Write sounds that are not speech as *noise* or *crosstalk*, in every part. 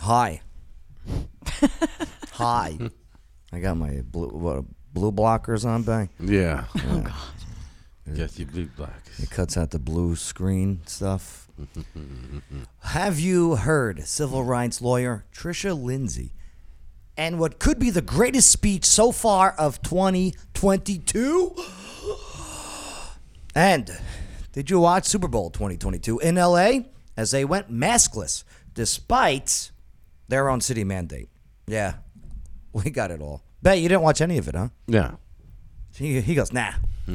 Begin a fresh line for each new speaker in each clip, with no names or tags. Hi. Hi. I got my blue what, blue blockers on, bang.
*laughs*
Yeah. Oh God. Yes, you bleed black.
It cuts out the blue screen stuff. Have you heard civil rights lawyer Tricia Lindsay and what could be the greatest speech so far of 2022? *gasps* And did you watch Super Bowl 2022 in LA as they went maskless despite their own city mandate? Yeah, *laughs* we got it all. Bet you didn't watch any of it, huh?
Yeah.
He, he goes, nah.
*laughs*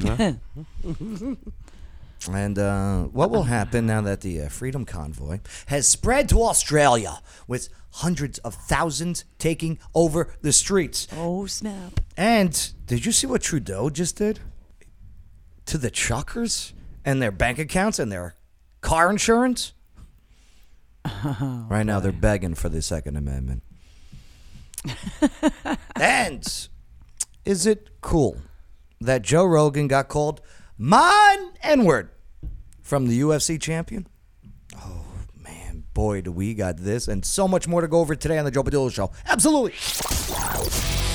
and uh, what will happen now that the uh, Freedom Convoy has spread to Australia with hundreds of thousands taking over the streets?
Oh snap!
And did you see what Trudeau just did to the truckers and their bank accounts and their car insurance? right now, they're begging for the Second Amendment. and is it cool that Joe Rogan got called mine N word from the UFC champion? Oh, man, boy, do we got this and so much more to go over today on the Joe Padula Show. Absolutely.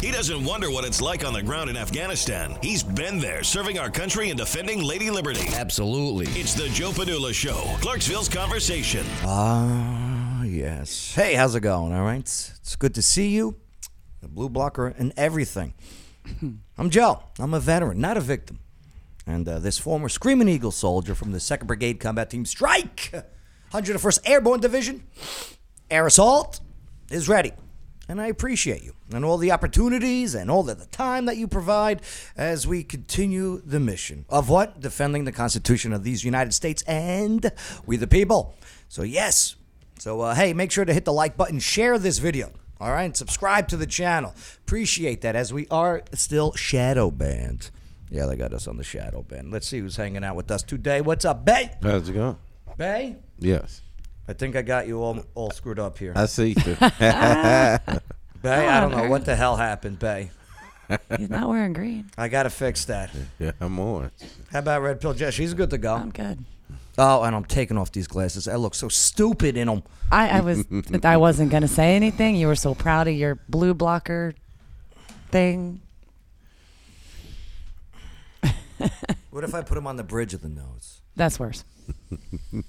He doesn't wonder what it's like on the ground in Afghanistan. He's been there serving our country and defending Lady Liberty.
Absolutely.
It's the Joe Padula Show, Clarksville's conversation.
Ah, yes. Hey, how's it going? All right. It's good to see you. The blue blocker and everything. I'm Joe. I'm a veteran, not a victim. And uh, this former Screaming Eagle soldier from the 2nd Brigade Combat Team Strike, 101st Airborne Division, Air Assault, is ready. And I appreciate you and all the opportunities and all the, the time that you provide as we continue the mission of what? Defending the Constitution of these United States and we the people. So, yes. So, uh, hey, make sure to hit the like button, share this video, all right? And subscribe to the channel. Appreciate that as we are still shadow banned. Yeah, they got us on the shadow ban. Let's see who's hanging out with us today. What's up, Bay?
How's it going?
Bay?
Yes.
I think I got you all all screwed up here.
I *laughs* see. you.
Bay, I don't know what the hell happened, Bay.
He's
*laughs*
not wearing green.
I gotta fix that.
yeah, I'm on.
How about Red Pill Jess? She's good to go.
I'm good.
Oh, and I'm taking off these glasses. I look so stupid in them.
I,
*laughs*
I was I wasn't gonna say anything. You were so proud of your blue blocker thing.
What if I put them on the bridge of the nose? *laughs*
That's worse.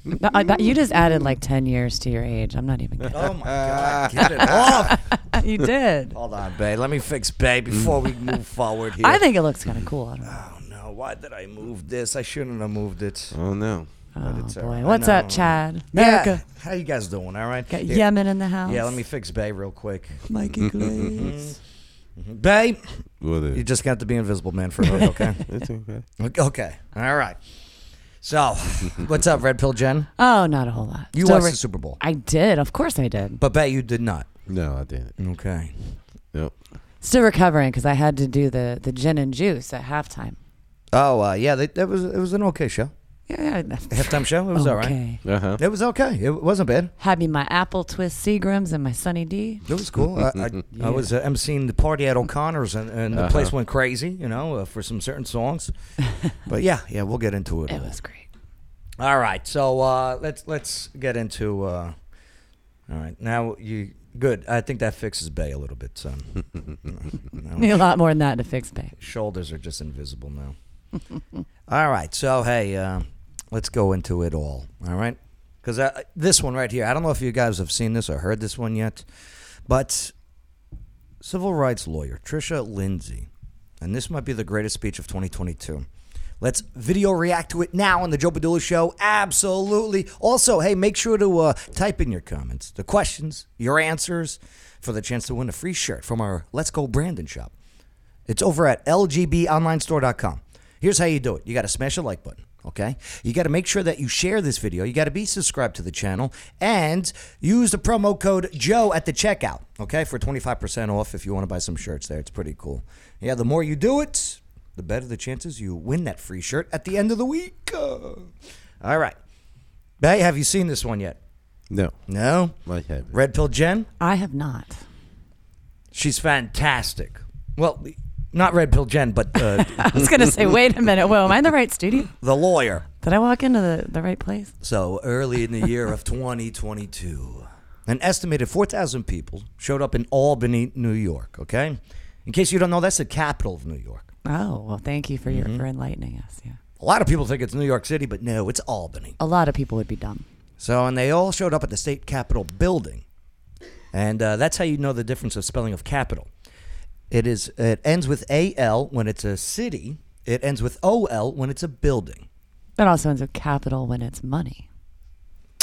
No, I- that- you just added like ten years to your age. I'm not even kidding.
*laughs* Oh my god, get *laughs* it off!
you
*laughs*
did.
Hold on, Bay. Let me fix Bay before we move forward here.
I think it looks kind of cool. I don't know.
Oh no, why did I move this? I shouldn't have moved it.
Oh no.
Oh
Ah, it's all right.
boy,
I
what's up,
know.
Chad?
Yeah.
America.
How you guys doing? All right.
Got
Here.
Yemen in the house.
Yeah, let me fix Bay real quick. Mm-hmm.
Mikey Glaze.
Bay,
What is?
you just got to be invisible, man, for a minute,
*laughs*
okay?
it's okay.
Okay. All right. *laughs* So, what's up, Red Pill Jen?
Oh, not a whole lot.
You
Still
watched
re-
the Super Bowl,
I did. Of course, I did.
but bet you did not.
No, I didn't.
Okay.
Nope.
Still recovering because I had to do the the gin and juice at halftime.
Oh uh, yeah, they, that was it was an okay show.
Yeah, *laughs* yeah.
Halftime show, it was all right.
Okay.
Uh huh.
It was okay. It wasn't bad.
Had me my apple twist Seagrams and my Sunny D.
It was cool. I, I, I was uh, emceeing the party at O'Connor's, and, and the place went crazy, you know, uh, for some certain
*laughs*
songs. but yeah, yeah, we'll get into it.
It was great.
All right, so uh, let's let's get into. Uh, all right, now you good. I think that fixes Bay a little bit. *laughs* Son.
Need a lot more than that to fix pay.
Shoulders are just invisible now. *laughs* all right, so hey, uh, let's go into it all. All right, because this one right here, I don't know if you guys have seen this or heard this one yet, but civil rights lawyer Trisha Lindsay, and this might be the greatest speech of 2022. Let's video react to it now on the Joe Padula Show. Absolutely. Also, hey, make sure to uh, type in your comments, the questions, your answers, for the chance to win a free shirt from our Let's Go Brandon shop. It's over at lgbonlinestore.com. Here's how you do it you got to smash the like button, okay? You got to make sure that you share this video. You got to be subscribed to the channel and use the promo code Joe at the checkout, okay? For 25% off if you want to buy some shirts there. It's pretty cool. Yeah, the more you do it, the better the chances you win that free shirt at the end of the week. Uh, all right. Bay, have you seen this one yet?
No.
No.
I haven't.
Red Pill Jen?
I have not.
She's fantastic. Well, not Red Pill Jen, but *laughs* uh,
I was gonna say, wait a minute. Whoa, am I in the *laughs* right studio?
the lawyer.
Did I walk into the, the right place?
So early in the year of 2022, An estimated 4,000 people showed up in Albany, New York, okay? In case you don't know, that's the capital of New York.
Oh well, thank you for your for enlightening us. Yeah,
A lot of people think it's New York City, but no, it's Albany.
a lot of people would be dumb.
So, and they all showed up at the state capitol building. And uh, that's how you know the difference of spelling of capital. It is it ends with AL when it's a city, it ends with OL when it's a building.
It also ends with capital when it's money.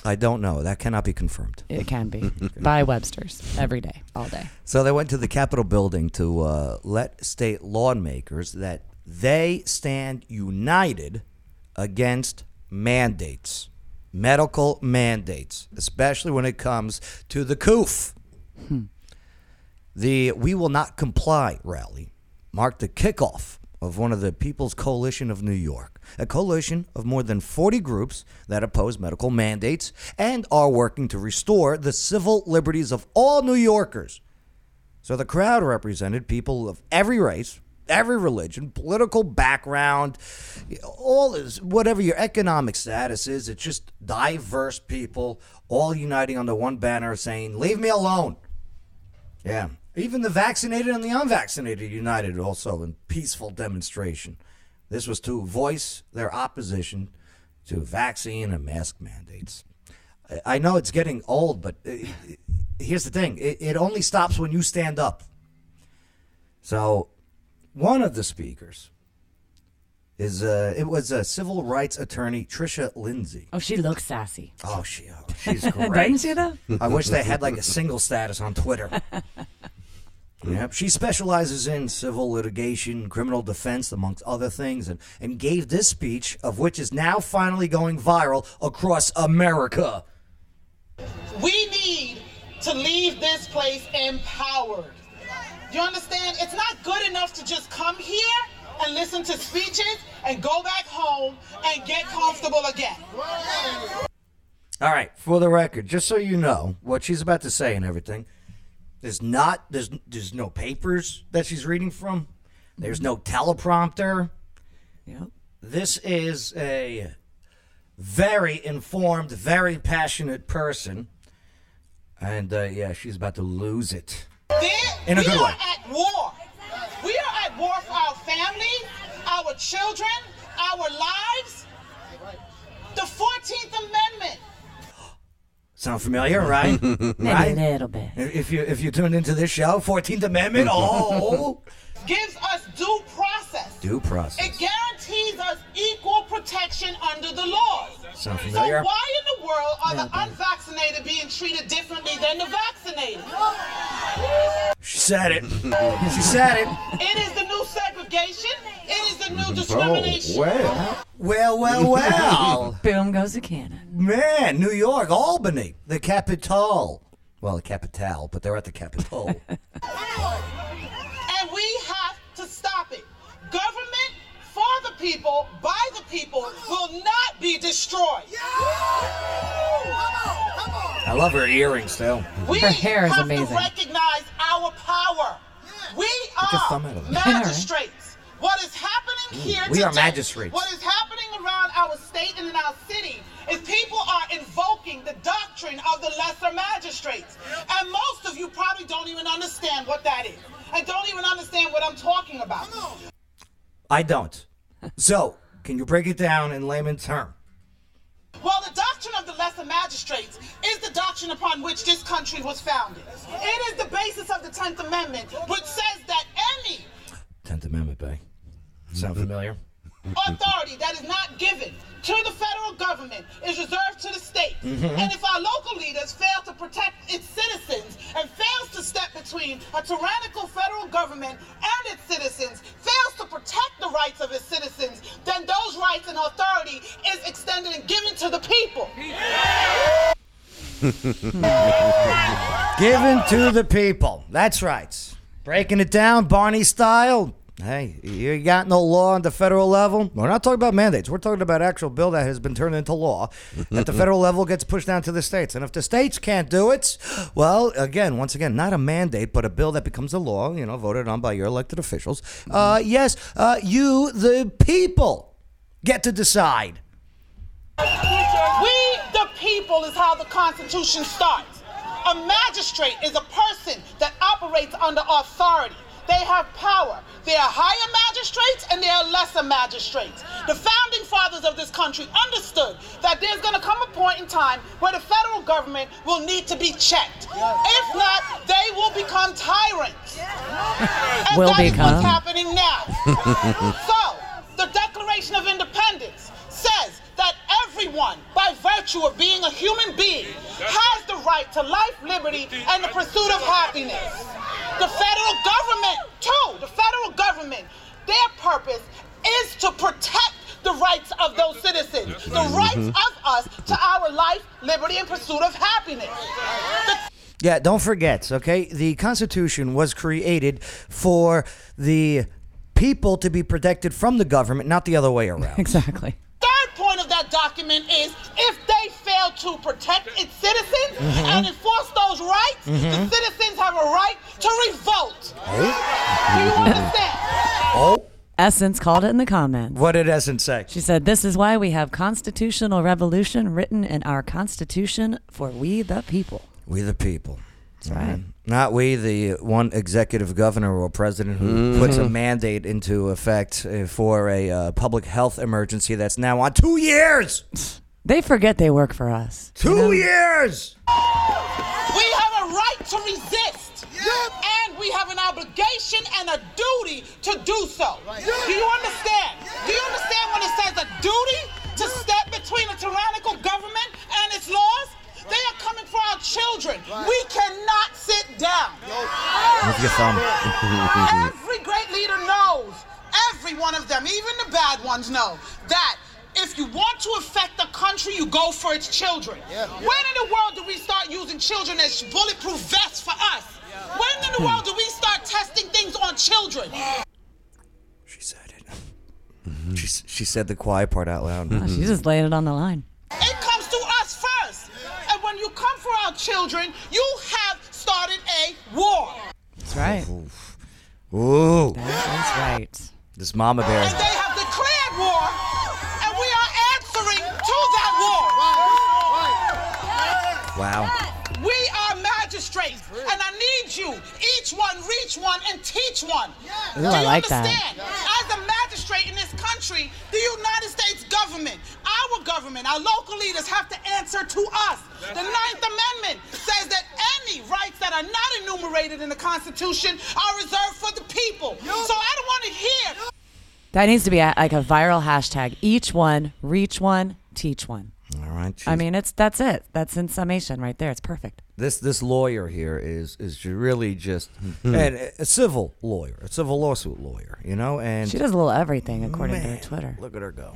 I don't know. That cannot be confirmed.
It can be *laughs* by Webster's every day, all day.
So they went to the Capitol building to uh, let state lawmakers that they stand united against mandates, medical mandates, especially when it comes to the COOF. The We Will Not Comply rally marked the kickoff of one of the People's Coalition of New York, a coalition of more than 40 groups that oppose medical mandates and are working to restore the civil liberties of all New Yorkers. So the crowd represented people of every race, every religion, political background, all is whatever your economic status is. It's just diverse people all uniting under one banner saying, Leave me alone. Yeah. Even the vaccinated and the unvaccinated united also in peaceful demonstration. This was to voice their opposition to vaccine and mask mandates. I- I know it's getting old, but uh, here's the thing it, it only stops when you stand up. So, one of the speakers is uh, it was a civil rights attorney, Trisha Lindsay.
Oh, she looks sassy.
Oh, she, oh she's great.
Didn't you though?
I wish they had like a single status on Twitter. *laughs* Yep. She specializes in civil litigation, criminal defense, amongst other things, and, and gave this speech, of which is now finally going viral across America.
We need to leave this place empowered. You understand? It's not good enough to just come here and listen to speeches and go back home and get comfortable again.
All right, for the record, just so you know, what she's about to say and everything, there's not there's there's no papers that she's reading from. There's no teleprompter.
Yep.
This is a very informed, very passionate person. And uh, yeah, she's about to lose it.
There-
In a
we
good
are
way.
at war. We are at war for our family, our children, our lives. The 14th Amendment.
Sound *laughs* familiar, right?
Maybe
right?
a little bit.
If you if you tuned into this show, 14th *laughs* Amendment, oh,
gives us due process.
due
It
process.
guarantees us equal protection under the laws.
Sound
So
familiar?
why in the world are the unvaccinated being treated differently than the vaccinated?
She said it. She said it.
It is the new segregation. It is the new
Oh,
discrimination.
well.
Well, well, *laughs* well.
Boom goes the cannon.
Man, New York, Albany, the capital. Well, the capital, but they're at the capital.
And we have to stop it. Government for the people, by the people, will not be destroyed.
*laughs* I love her earrings, though.
We
Her hair is
have to
amazing.
recognize our power. We
your
are
thumb out of that. *laughs*
magistrates. What is happening here
we are
today,
magistrates.
What is happening around our state and in our city is people are invoking the doctrine of the lesser magistrates. And most of you probably don't even understand what that is. And don't even understand what I'm talking about.
I don't. So, can you break it down in layman's term?
Well, the doctrine of the lesser magistrates is the doctrine upon which this country was founded. It is the basis of the 10th Amendment, which says that any
Tenth Amendment, Bay. Sound familiar?
authority that is not given to the federal government is reserved to the state. And if our local leaders fail to protect its citizens and fails to step between a tyrannical federal government and its citizens, fails to protect the rights of its citizens, then those rights and authority is extended and given to the people.
Given to the people. That's right. Breaking it down, Barney style. Hey, you ain't got no law on the federal level. We're not talking about mandates. We're talking about actual bill that has been turned into law at the federal level gets pushed down to the states. And if the states can't do it, well, again, once again, not a mandate, but a bill that becomes a law, you know, voted on by your elected officials. Uh, yes, uh, you, the people, get to decide.
We, the people, is how the Constitution starts. A magistrate is a person that operates under authority. They have power. There are higher magistrates and there are lesser magistrates. The founding fathers of this country understood that there's going to come a point in time where the federal government will need to be checked. If not, they will become tyrants. And
Will
that is
become.
what's happening
*laughs*
now. so, the Declaration of Independence says that everyone, by virtue of being a human being, has the right to life, liberty, and the pursuit of happiness. The federal government, too, the federal government, their purpose is to protect the rights of those citizens, the rights of us to our life, liberty, and pursuit of happiness. The
Yeah, don't forget, okay? The Constitution was created for the people to be protected from the government, not the other way
*laughs*
around.
Exactly.
third point of that document is if they fail to protect its citizens and enforce those rights, the citizens have a right to revolt. Do you understand?
oh,
Essence called it in the comments.
what did Essence say?
She said, This is why we have constitutional revolution written in our Constitution for we the people.
We the people. All
right.
Not we, the one executive governor or president who puts a mandate into effect uh, for a uh, public health emergency that's now on two years.
They forget they work for us.
Two years.
We have a right to resist. And we have an obligation and a duty to do so. Do you understand? Do you understand when it says a duty to step between a tyrannical government and its laws? They are coming for our children. We cannot sit down.
Move your thumb.
Every great leader knows, every one of them, even the bad ones know, that if you want to affect the country, you go for its children. When in the world do we start using children as bulletproof vests for us? When in the world do we start testing things on children?
She said it. Mm-hmm. She, s- she said the quiet part out loud.
*laughs* She Oh, just laid it on the line.
It comes to us first. And when you come for our children, you have started a war.
That's right.
Ooh,
That's right.
this mama bear.
And they have declared war, and we are answering to that war.
Wow.
We are magistrates, and I need you, each one, reach one, and teach one. Do you
I like that.
understand? As a magistrate in this country, the United States government, our government, our local leaders have to answer to us. The Ninth Amendment says that any rights that are not enumerated in the Constitution are reserved for the people. So I don't want to hear
That needs to be a, like a viral hashtag. Each one, reach one, teach one.
All right.
I
she's-
mean, it's that's it. That's in summation right there. It's perfect.
this this lawyer here is is really just
Hmm.
and a- a civil lawyer, a civil lawsuit lawyer, you know. And
She does a little everything according to her
Man,
Twitter.
Look at her go.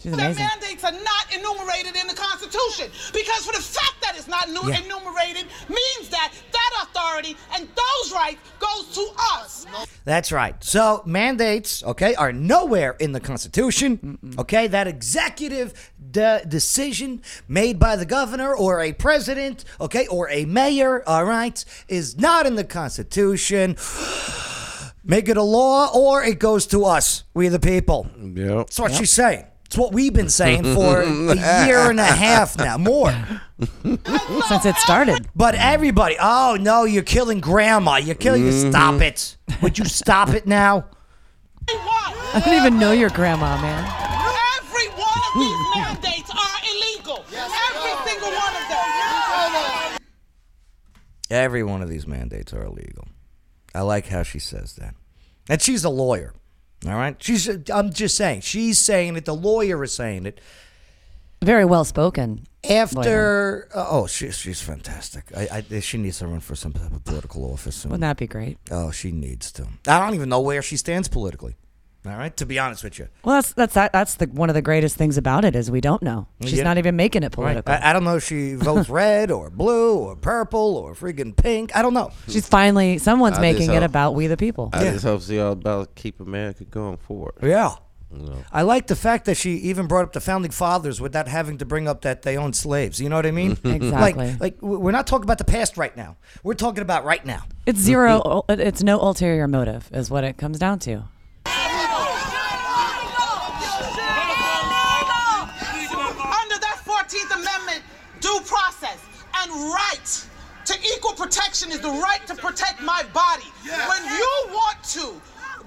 She's
that
amazing.
mandates are not enumerated in the Constitution because for the fact that it's not nu-
Yeah.
enumerated means that that authority and those rights goes to us.
That's right. So mandates, okay, are nowhere in the Constitution. Okay, that executive de- decision made by the governor or a president, okay, or a mayor, all right, is not in the Constitution. *gasps* Make it a law, or it goes to us, we the people.
Yep.
That's what she's saying. It's what we've been saying *laughs* for a year and a half now, more.
Since it started.
But everybody, oh no, you're killing grandma. You're killing. Stop it. Would you stop it now?
I
Everyone,
don't even know your grandma, man.
every one of these mandates are illegal. Every single one of them.
Every one of these mandates are illegal. I like how she says that. And she's a lawyer. All right? She's I'm just saying, she's saying it, the lawyer is saying it.
Very well spoken.
After oh, she, she's fantastic. I, I she needs to run for some type of political office soon.
Wouldn't that be great?
Oh, she needs to. I don't even know where she stands politically. All right, to be honest with you,
Well, that's that's that, that's the one of the greatest things about it is we don't know. She's
Yeah.
not even making it
right?
political.
I, I don't know if she *laughs* votes red or blue or purple or friggin' pink. I don't know.
She's finally someone's
I think
making it
so.
about we the people.
I just hope she all about keep America going forward.
Yeah.
No.
I like the fact that she even brought up the founding fathers without having to bring up that they owned slaves. You know what I *laughs* mean?
Exactly.
Like, like w- we're not talking about the past right now. We're talking about right now.
It's zero. It's no ulterior motive, is what it comes down to.
Under that 14th Amendment, due process and right to equal protection is the right to protect my body. When you want to,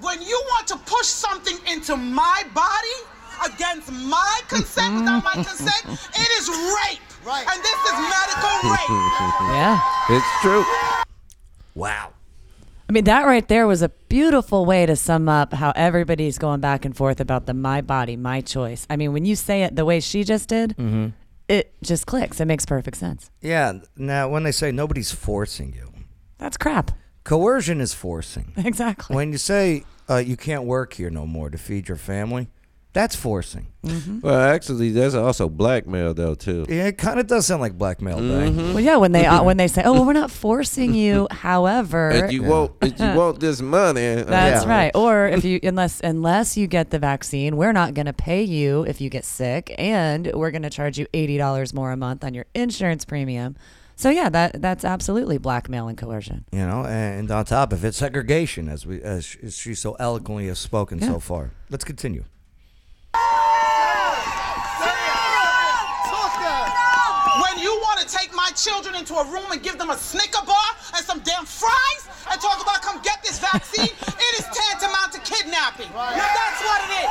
when you want to push something into my body against my consent, without my consent, it is rape. Right. And this is medical rape.
Yeah.
It's true.
Wow.
I mean, that right there was a beautiful way to sum up how everybody's going back and forth about the my body, my choice. I mean, when you say it the way she just did,
Mm-hmm.
it just clicks. It makes perfect sense.
Yeah. Now, when they say nobody's forcing you,
That's crap. *laughs*
coercion is *laughs* forcing.
Exactly.
when you say uh, you can't work here no more to feed your family, that's forcing.
Well, actually, that's also blackmail, though, too.
Yeah, it kind of does sound like blackmail, though.
well,
*laughs*
yeah, when they uh, when they say, "Oh, well, we're not forcing you," however,
If you want, if
*laughs*
you want this money, uh,
That's
Yeah.
right. Or if you unless unless you get the vaccine, we're not going to pay you if you get sick, and we're going to charge you eighty dollars more a month on your insurance premium. So yeah, that that's absolutely blackmail and coercion. *laughs*
You know, and on top of it, segregation, as we as sh- as she so eloquently has spoken
Yeah.
so far. Let's continue.
When you want to take my children into a room and give them a Snicker bar and some damn fries and talk about come get this vaccine, it is tantamount to kidnapping. That's what it is.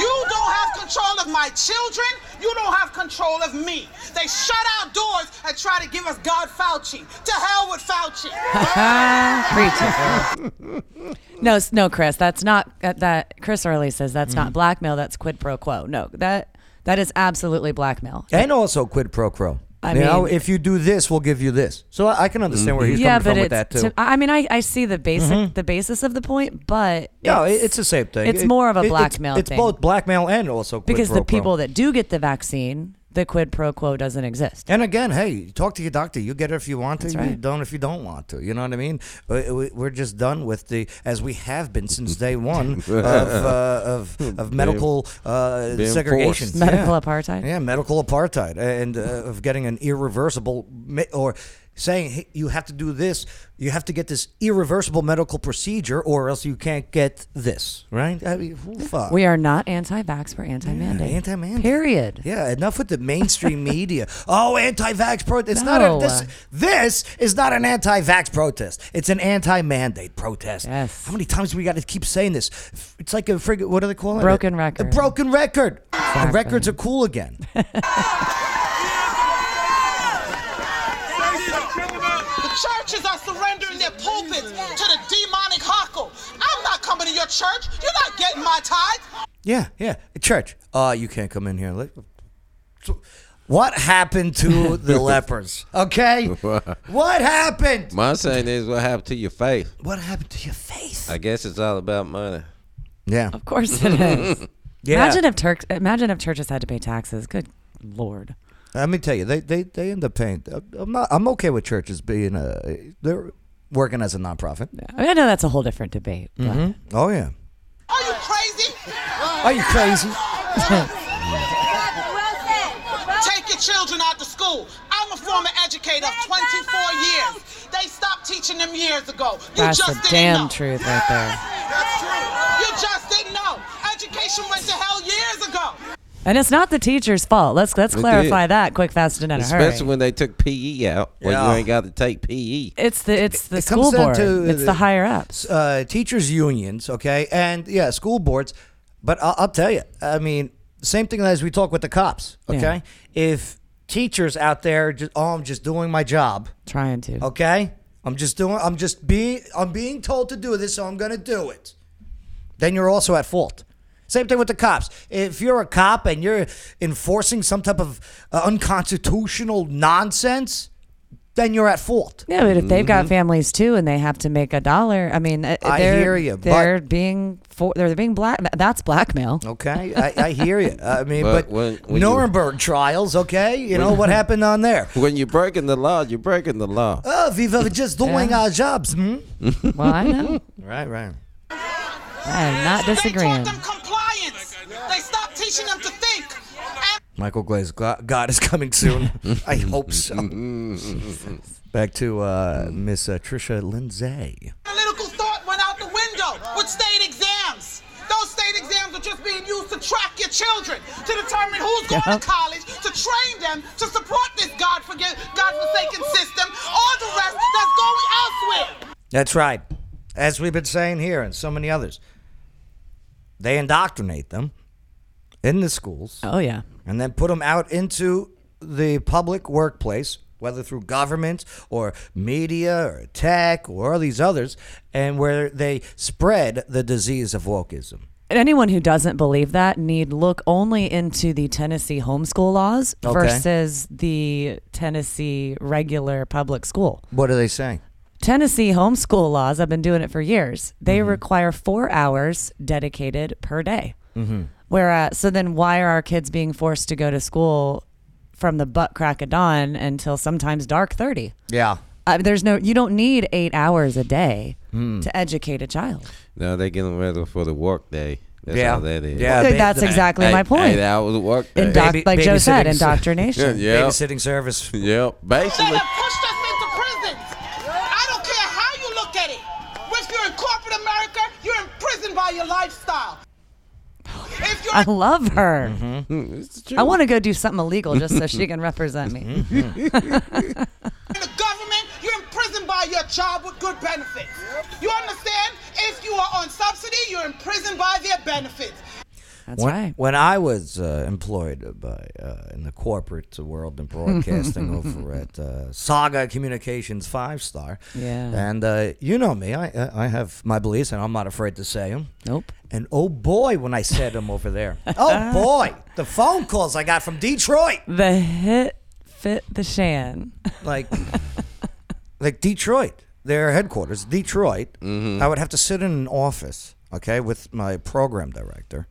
You don't have control of my children. You don't have control of me. They shut our doors and try to give us God Fauci. To hell with Fauci.
Preach it. no, s- no, Chris, that's not uh, that. Chris Early says that's
Mm.
not blackmail. That's quid pro quo. No, that that is absolutely blackmail.
And also quid pro quo.
I
you know,
mean- Mm-hmm.
if you do this, we'll give you this. So I, I can understand where he's coming
yeah, but
from
it's.
with that too. Mm-hmm.
to- I I mean, I, I see the basic the basis of the point, but
no, it- it's the same thing.
It's
It-
more of
it-
a
it's-
blackmail.
It's,
thing.
both blackmail and also quid
because
pro
the people
quo.
that do get the vaccine, the quid pro quo doesn't exist.
And again, hey, talk to your doctor. You get it if you want to. You
right.
don't if you don't want to. You know what I mean? We- we- We're just done with the as we have been since
*laughs*
day one of uh, of, of medical uh,
being
segregation,
forced.
Medical
yeah.
apartheid?
yeah, medical apartheid, and uh, of getting an irreversible mi- or saying hey, you have to do this, you have to get this irreversible medical procedure, or else you can't get this. Right? I mean, who fuck?
We are not anti-vax. We're anti-mandate.
Yeah, anti-mandate.
Period.
Yeah, enough with the
*laughs*
mainstream media. Oh, anti-vax protest. It's not
No.
a, this. This is not an anti-vax protest. It's an anti-mandate protest.
Yes.
How many times we got to keep saying this? F- It's like a frig- what do they call it?
Broken
A-
record.
A broken record.
Exactly.
Records are cool
*laughs*
again.
The churches are surrendering their pulpits to the demonic huckle. I'm not coming to your church. You're not getting my tithe.
yeah, yeah. Church. Uh, you can't come in here. Let- So- What happened
*laughs*
to the lepers? Okay. what happened?
my saying is, what happened to your faith?
What happened to your face?
I guess it's all about money.
yeah.
Of course it is.
*laughs* Yeah.
Imagine if Turks. Imagine if churches had to pay taxes. Good lord.
Let me tell you, they they, they end up paying. I'm not. I'm okay with churches being a. They're working as a nonprofit.
I, mean, I know that's a whole different debate. but-
Oh yeah.
Are you crazy?
Are you crazy?
Take your children out to school. I'm a former educator of 24 years. They stopped teaching them years ago. You
That's
just
the
didn't
damn
know.
truth right there.
You just didn't know. Education went to hell years ago.
And it's not the teacher's fault. Let's let's
It
clarify
is.
that quick, fast, and in a
Especially
hurry.
when they took PE out, when
Yeah.
you ain't got to take E. PE.
It's the it's the
it comes
school
down
board.
to
it's
the-
the higher ups.
Uh, teachers unions, okay, and yeah, school boards. But I'll, I'll tell you, I mean, same thing as we talk with the cops. Okay, if teachers out there, just, oh, I'm just doing my job.
Trying to.
Okay, I'm just doing. I'm just being. I'm being told to do this, so I'm gonna do it. Then you're also at fault. Same thing with the cops. If you're a cop and you're enforcing some type of uh, unconstitutional nonsense, then you're at fault.
Yeah, but if they've got families too and they have to make a dollar, I mean, uh,
Mm-hmm. I
they're,
hear you, but-
They're being for they're being black. That's blackmail.
Okay, I, I hear you.
*laughs*
I mean, but,
But when- when you-
Nuremberg trials. Okay, you know
*laughs*
what happened on there.
When you're breaking the law, you're breaking the law.
Oh, we were just doing
Yeah.
our jobs. Hmm?
Well, I know.
Right, right.
I am not
They
disagreeing.
taught them compliance. They stopped teaching them to think. And
Michael Glaze, Go- God is coming soon. I hope so. Back to uh, Miss uh, Trisha Lindsay.
analytical thought went out the window with state exams. Those state exams are just being used to track your children, to determine who's going
Yep.
to college, to train them to support this God forget godforsaken, godforsaken system, all the rest that's going elsewhere.
That's right. As we've been saying here and so many others, they indoctrinate them in the schools
Oh yeah.
and then put them out into the public workplace, whether through government or media or tech or all these others, and where they spread the disease of wokeism.
And anyone who doesn't believe that need look only into the Tennessee homeschool laws
Okay.
versus the Tennessee regular public school.
What are they saying?
Tennessee homeschool laws, I've been doing it for years. They require four hours dedicated per day. Whereas, so then why are our kids being forced to go to school from the butt crack of dawn until sometimes dark 30?
Yeah.
Uh, there's no, you don't need eight hours a day to educate a child.
No, they get them ready for the work day. That's
Yeah.
all that is.
Yeah. Uh, ba-
That's
the-
exactly
Eight-
my point.
Eight hours of work day.
Indoc-
Baby-
like Joe said,
babysitting.
indoctrination.
Yeah.
Babysitting *laughs* service.
Yep,
They
basically.
have pushed us into prisons. I don't care how you look at it. If you're in corporate America, you're imprisoned by your lifestyle. If you're
I love her.
It's true.
I want to go do something illegal just so she can represent me.
in the government, you're imprisoned by your job with good benefits. You understand? If you are on subsidy, you're imprisoned by their benefits.
That's
when,
right.
when I was uh, employed by uh, in the corporate world in
*laughs*
broadcasting over at uh, Saga Communications Five Star,
Yeah.
and uh, you know me, I I- I have my beliefs, and I'm not afraid to say them.
Nope.
And oh boy, when I said them over
*laughs*
there, oh boy, the phone calls I got from Detroit,
The hit fit the Shan.
like like Detroit, their headquarters, Detroit. I would have to sit in an office, okay, with my program director,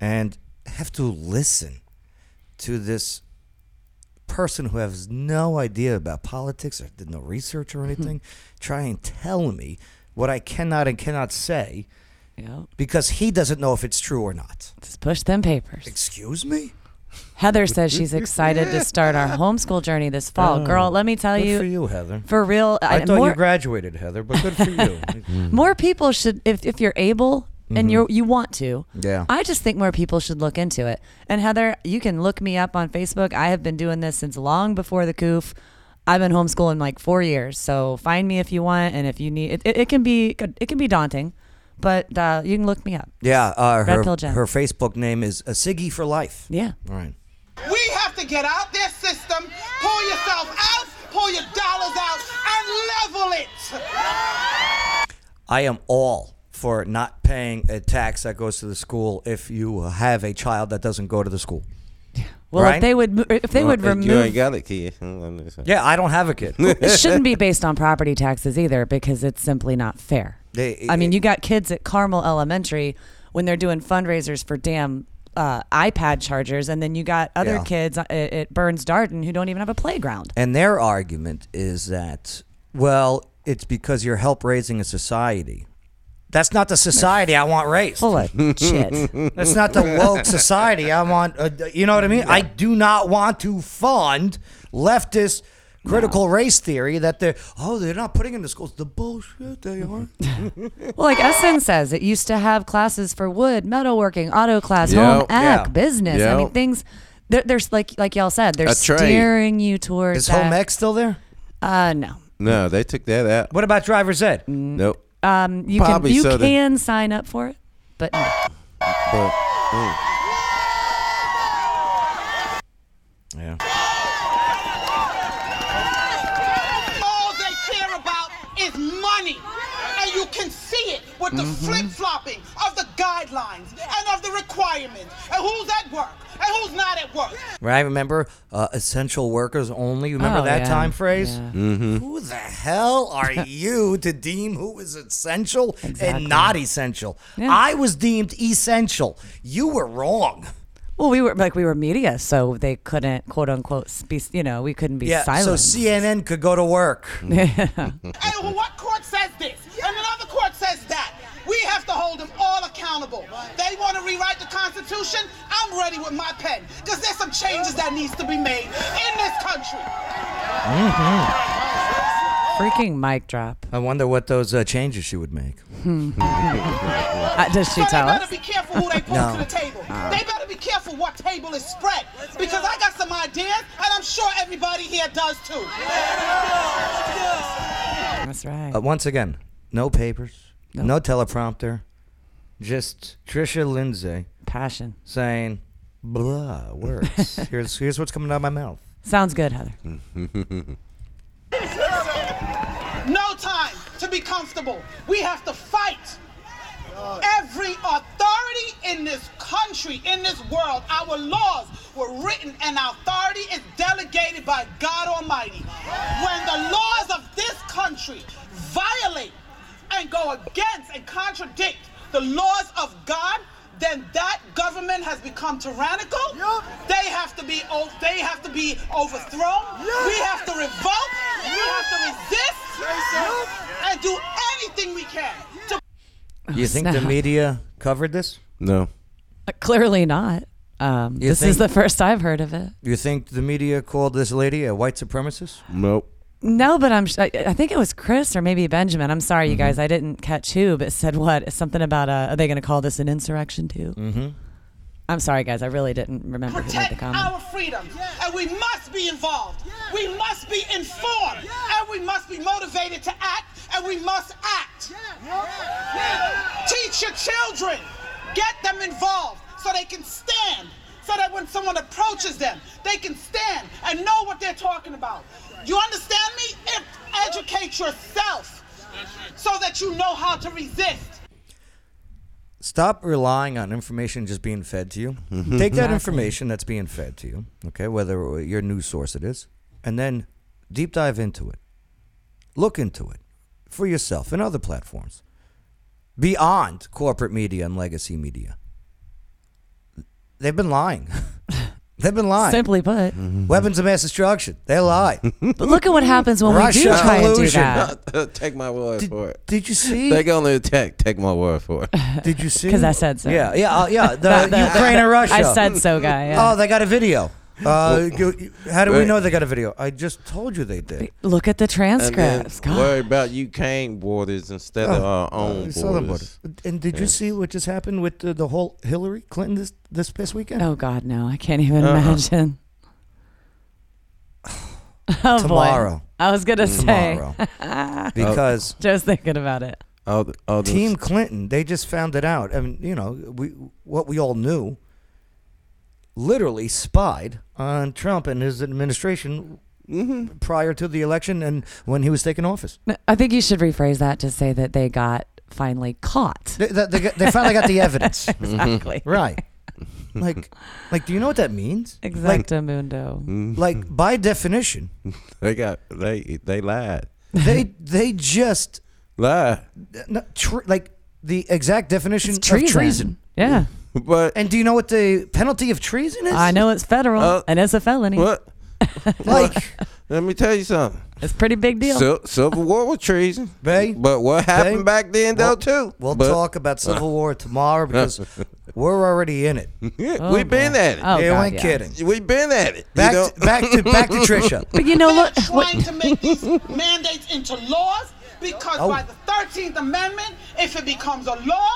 and have to listen to this person who has no idea about politics or did no research or anything try and tell me what I cannot and cannot say
Yep.
because he doesn't know if it's true or not.
Just push them papers.
Excuse me?
Heather says she's excited to start our homeschool journey this fall. Girl, let me tell
Good
you,
for you, Heather.
Oh. for real,
I
I-
thought
more,
you graduated, Heather, but good for you.
Mm-hmm. more people should, if, if you're able and you you want to,
Yeah.
I just think more people should look into it. And Heather, you can look me up on Facebook. I have been doing this since long before the coof. I've been homeschooling like four years, so find me if you want, and if you need, it, it, it can be it can be daunting, but uh, you can look me up.
yeah, uh,
Red
her,
Pill Jen.
her Facebook name is a Siggy for Life.
Yeah.
All right.
We have to get out their system, pull yourself out, pull your dollars out, and level it.
I am all for not paying a tax that goes to the school if you have a child that doesn't go to the school.
Well,
Right?
if they would mo- if they would
You
remove
ain't got it, kid. Yeah.
Yeah, I don't have a
*laughs*
kid.
it
*laughs*
shouldn't be based on property taxes either because it's simply not fair.
They-
I mean, you got kids at Carmel Elementary when they're doing fundraisers for damn uh, iPad chargers, and then you got other
Yeah.
kids uh, at, at Burns Darden who don't even have a playground.
and their argument is that, well, it's because you're help raising a society. That's not the society I want raised.
Full of
*laughs*
shit.
That's not the woke society. I want, uh, you know what I mean? I do not want to fund leftist critical race theory that they're, oh, they're not putting in the schools. The bullshit they are.
Well, like Essen says, it used to have classes for wood, metalworking, auto class,
Yep.
home
Yeah.
ec, business. I mean,
Yep.
things. There, there's like like y'all said, they're
A trade.
steering you towards
Is home
that.
ec still there?
Uh, no.
No, they took that out.
What about driver's ed?
Nope.
Um, you
Probably
can you
so then.
can sign up for it, but no.
But,
Yeah.
All they care about is money. And you can see it with the flip flopping of the guidelines and of the requirements and who's at work and who's not at work.
Right, remember uh, essential workers only. Remember
Oh,
that
yeah.
time phrase?
Yeah.
Who the hell are you to deem who is essential and
Exactly.
not essential?
Yeah.
I was deemed essential. You were wrong.
Well, we were like we were media, so they couldn't quote unquote be you know we couldn't be
Yeah,
silent.
so CNN could go to work.
And what court says this and another court says that. We have to hold them all accountable. They want to rewrite the Constitution. I'm ready with my pen because there's some changes that needs to be made in this country.
Freaking mic drop.
I wonder what those uh, changes she would make.
Uh, does she
So
tell
they better
us?
be careful who they pull
No.
to the table. They better be careful what table is spread because I got some ideas and I'm sure everybody here does too.
That's right.
Uh, once again, no papers, no, teleprompter, just Trisha Lindsay
Passion.
saying blah words. here's here's what's coming out of my mouth.
Sounds good, Heather.
Mm.
No time to be comfortable. We have to fight. Every authority in this country, in this world, our laws were written and our authority is delegated by God Almighty. When the laws of this country violate and go against and contradict the laws of God, then that government has become tyrannical. They have to be o- they have to be overthrown. We have to revolt. We have to resist and do anything we can to
You think the
snap.
media covered this?
No.
Uh, Clearly not. Um,
You
this is the
think-
first I've heard of it.
You think the media called this lady a white supremacist?
Nope.
No, but I'm. sh- I I think it was Chris or maybe Benjamin. I'm sorry,
Mm-hmm.
you guys. I didn't catch who, but said what? Something about uh, are they going to call this an insurrection too? Mm-hmm. I'm sorry, guys. I really didn't remember who made the
protect
comment.
our freedom. And we must be involved. We must be informed. And we must be motivated to act. And we must act. Teach your children. Get them involved so they can stand. So that when someone approaches them, they can stand and know what they're talking about. You understand me? Ed- Educate yourself so that you know how to resist.
Stop relying on information just being fed to you. Take that information that's being fed to you, okay, whether your news source it is, and then deep dive into it. Look into it for yourself and other platforms beyond corporate media and legacy media. They've been
*laughs*
lying. They've been lying.
Simply put,
Weapons of mass destruction. They lie.
but look at what happens when we do
Russia
try and do
collusion.
*laughs*
that.
take my word for it.
Did you see?
*laughs*
They gonna attack. Take my word for it.
Did you see?
'Cause I said so.
Yeah, yeah, uh, yeah. The, Ukraine and Russia.
I said so, guy. yeah.
Oh, they got a video. Uh, you- you- how do we know they got a video? I just told you they did.
Oh, Look at the
And then
transcripts. God.
worry about Ukraine borders instead of our own
Uh, southern
borders.
border. And did you see what just happened with the, the whole Hillary Clinton this this past weekend?
Oh God, no! I can't even imagine. *laughs* Oh, boy.
Tomorrow.
I was gonna say. *laughs*
Tomorrow,
Uh,
because
Just thinking about it.
All the, all the-
Team Clinton, they just found it out. I mean, you know, we what we all knew. Literally spied on Trump and his administration prior to the election and when he was taking office.
No, I think you should rephrase that to say that they got finally caught.
They, they, they got- they finally
*laughs*
got the evidence.
Exactly.
Right.
*laughs*
Like, like, do you know what that means? Like,
Exactamundo.
Mm. like by definition,
they got they they lied.
they they just
Lied.
no, tr like the exact definition
It's
of treason.
Yeah.
But
And do you know what the penalty of treason is?
I know it's federal
Uh,
and it's a felony.
what?
Like,
Let me tell you something.
It's a pretty big deal.
Sil- Civil War was treason.
Bay,
But what happened
Bay,
back then, though,
we'll,
too?
We'll
But-
talk about Civil War tomorrow
*laughs*
because we're already in it.
Yeah, we been at it.
Oh,
you
God,
ain't
yeah.
kidding.
We been at it.
Back,
you know?
to, back to back to Trisha.
*laughs*
But you know,
They're
look.
trying to make these mandates into laws because
Oh.
by the 13th Amendment, if it becomes a law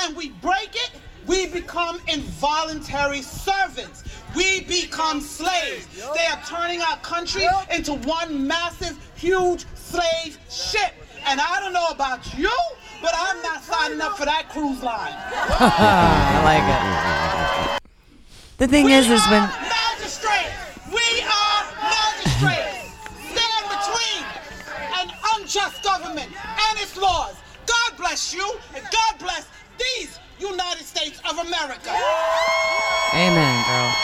and we break it, we become involuntary servants. We become slaves. They are turning our country into one massive, huge slave ship. And I don't know about you, but I'm not signing up for that cruise line.
I like it. The thing
We
is, is
are
when
magistrates. We are magistrates. Stand between an unjust government and its laws. God bless you, and God bless these United States of America.
Amen, girl.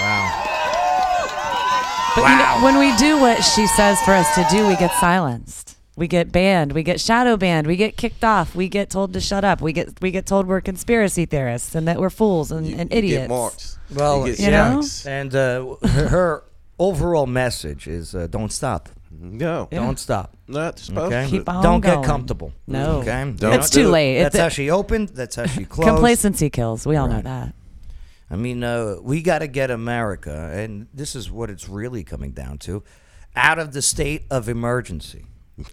Wow.
But you know, when we do what she says for us to do, we get silenced. We get banned. We get shadow banned. We get kicked off. We get told to shut up. We get we get told we're conspiracy theorists and that we're fools and,
You-
and
you get
idiots.
marks. You
Well,
get
You know?
strikes.
And uh, her, her overall message is uh, don't stop.
No,
Don't stop.
not supposed
Okay.
to.
Keep on
Don't
going.
get comfortable.
No.
Okay.
Don't
it's
do
too
it.
late. It's
That's how she opened. That's how
*laughs*
she closed.
complacency kills. We all know that.
I mean, uh, we got to get America, and this is what it's really coming down to, out of the state of emergency.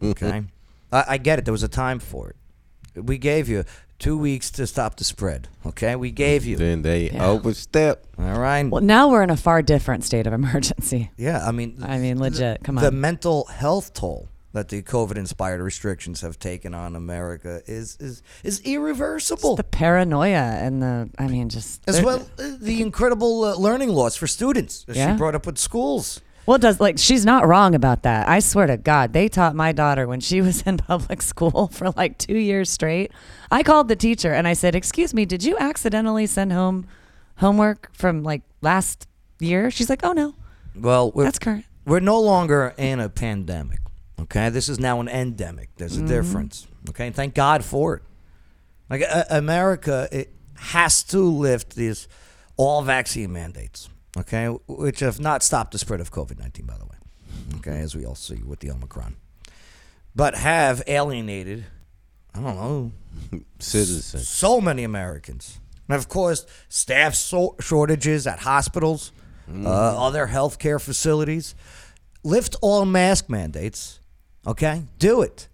Okay, I, I get it. There was a time for it. we gave you two weeks to stop the spread. Okay, we
*laughs*
gave you.
Then they
Yeah.
overstep.
All right.
Well, now we're in a far different state of emergency.
Yeah, I mean,
I mean, legit. Come
the
on.
mental health toll that the COVID-inspired restrictions have taken on America is is is irreversible.
the paranoia and the, I mean, just.
as
they're-
well, uh, the incredible uh, learning loss for students. As
Yeah.
She brought up with schools.
Well, it does like she's not wrong about that. I swear to God, they taught my daughter when she *laughs* was in public school for like two years straight. I called the teacher and I said, "Excuse me, did you accidentally send home homework from like last year?" She's like, "Oh no,
Well, we're,
that's current."
We're no longer in a pandemic. Okay, this is now an endemic. There's
Mm-hmm.
a difference. Okay, and thank God for it. Like uh, America, it has to lift these all vaccine mandates. Okay, which have not stopped the spread of COVID nineteen, by the way. Okay, as we all see with the Omicron, but have alienated. I don't know
Citizens.
so many Americans. And of course, staff so- shortages at hospitals, uh, other healthcare facilities. Lift all mask mandates, okay? Do it.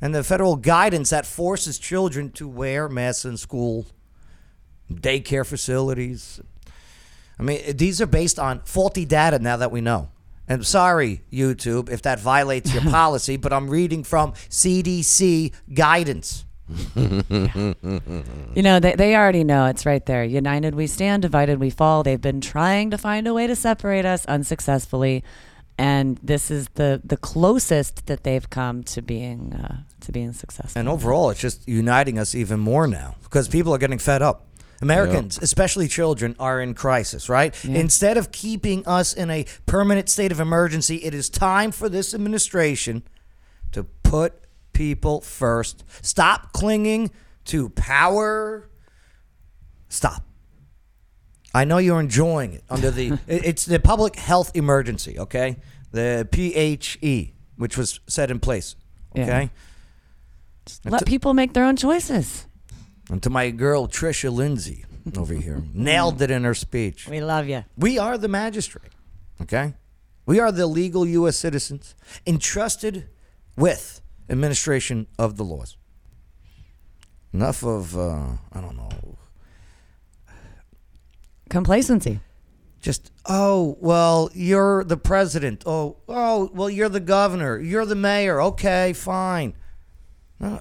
And the federal guidance that forces children to wear masks in school, daycare facilities. I mean, these are based on faulty data now that we know. And sorry, YouTube, if that violates your policy, but I'm reading from CDC guidance.
You know, they, they already know it's right there. United we stand, divided we fall. They've been trying to find a way to separate us unsuccessfully, and this is the the closest that they've come to being uh, to being successful.
And overall, it's just uniting us even more now because people are getting fed up. Americans, especially children, are in crisis, right? Instead of keeping us in a permanent state of emergency, it is time for this administration to put people first. Stop clinging to power. Stop. I know you're enjoying it under the it- it's the public health emergency, okay? The PHE, which was set in place,
Yeah.
okay?
Let people make their own choices.
And to my girl Trisha Lindsay over here, nailed it in her speech.
We love you.
We are the magistrate, okay? We are the legal U.S. citizens entrusted with administration of the laws. Enough of uh, I don't know,
Complacency.
just oh well, you're the president. Oh oh well, you're the governor. You're the mayor. Okay, fine. No,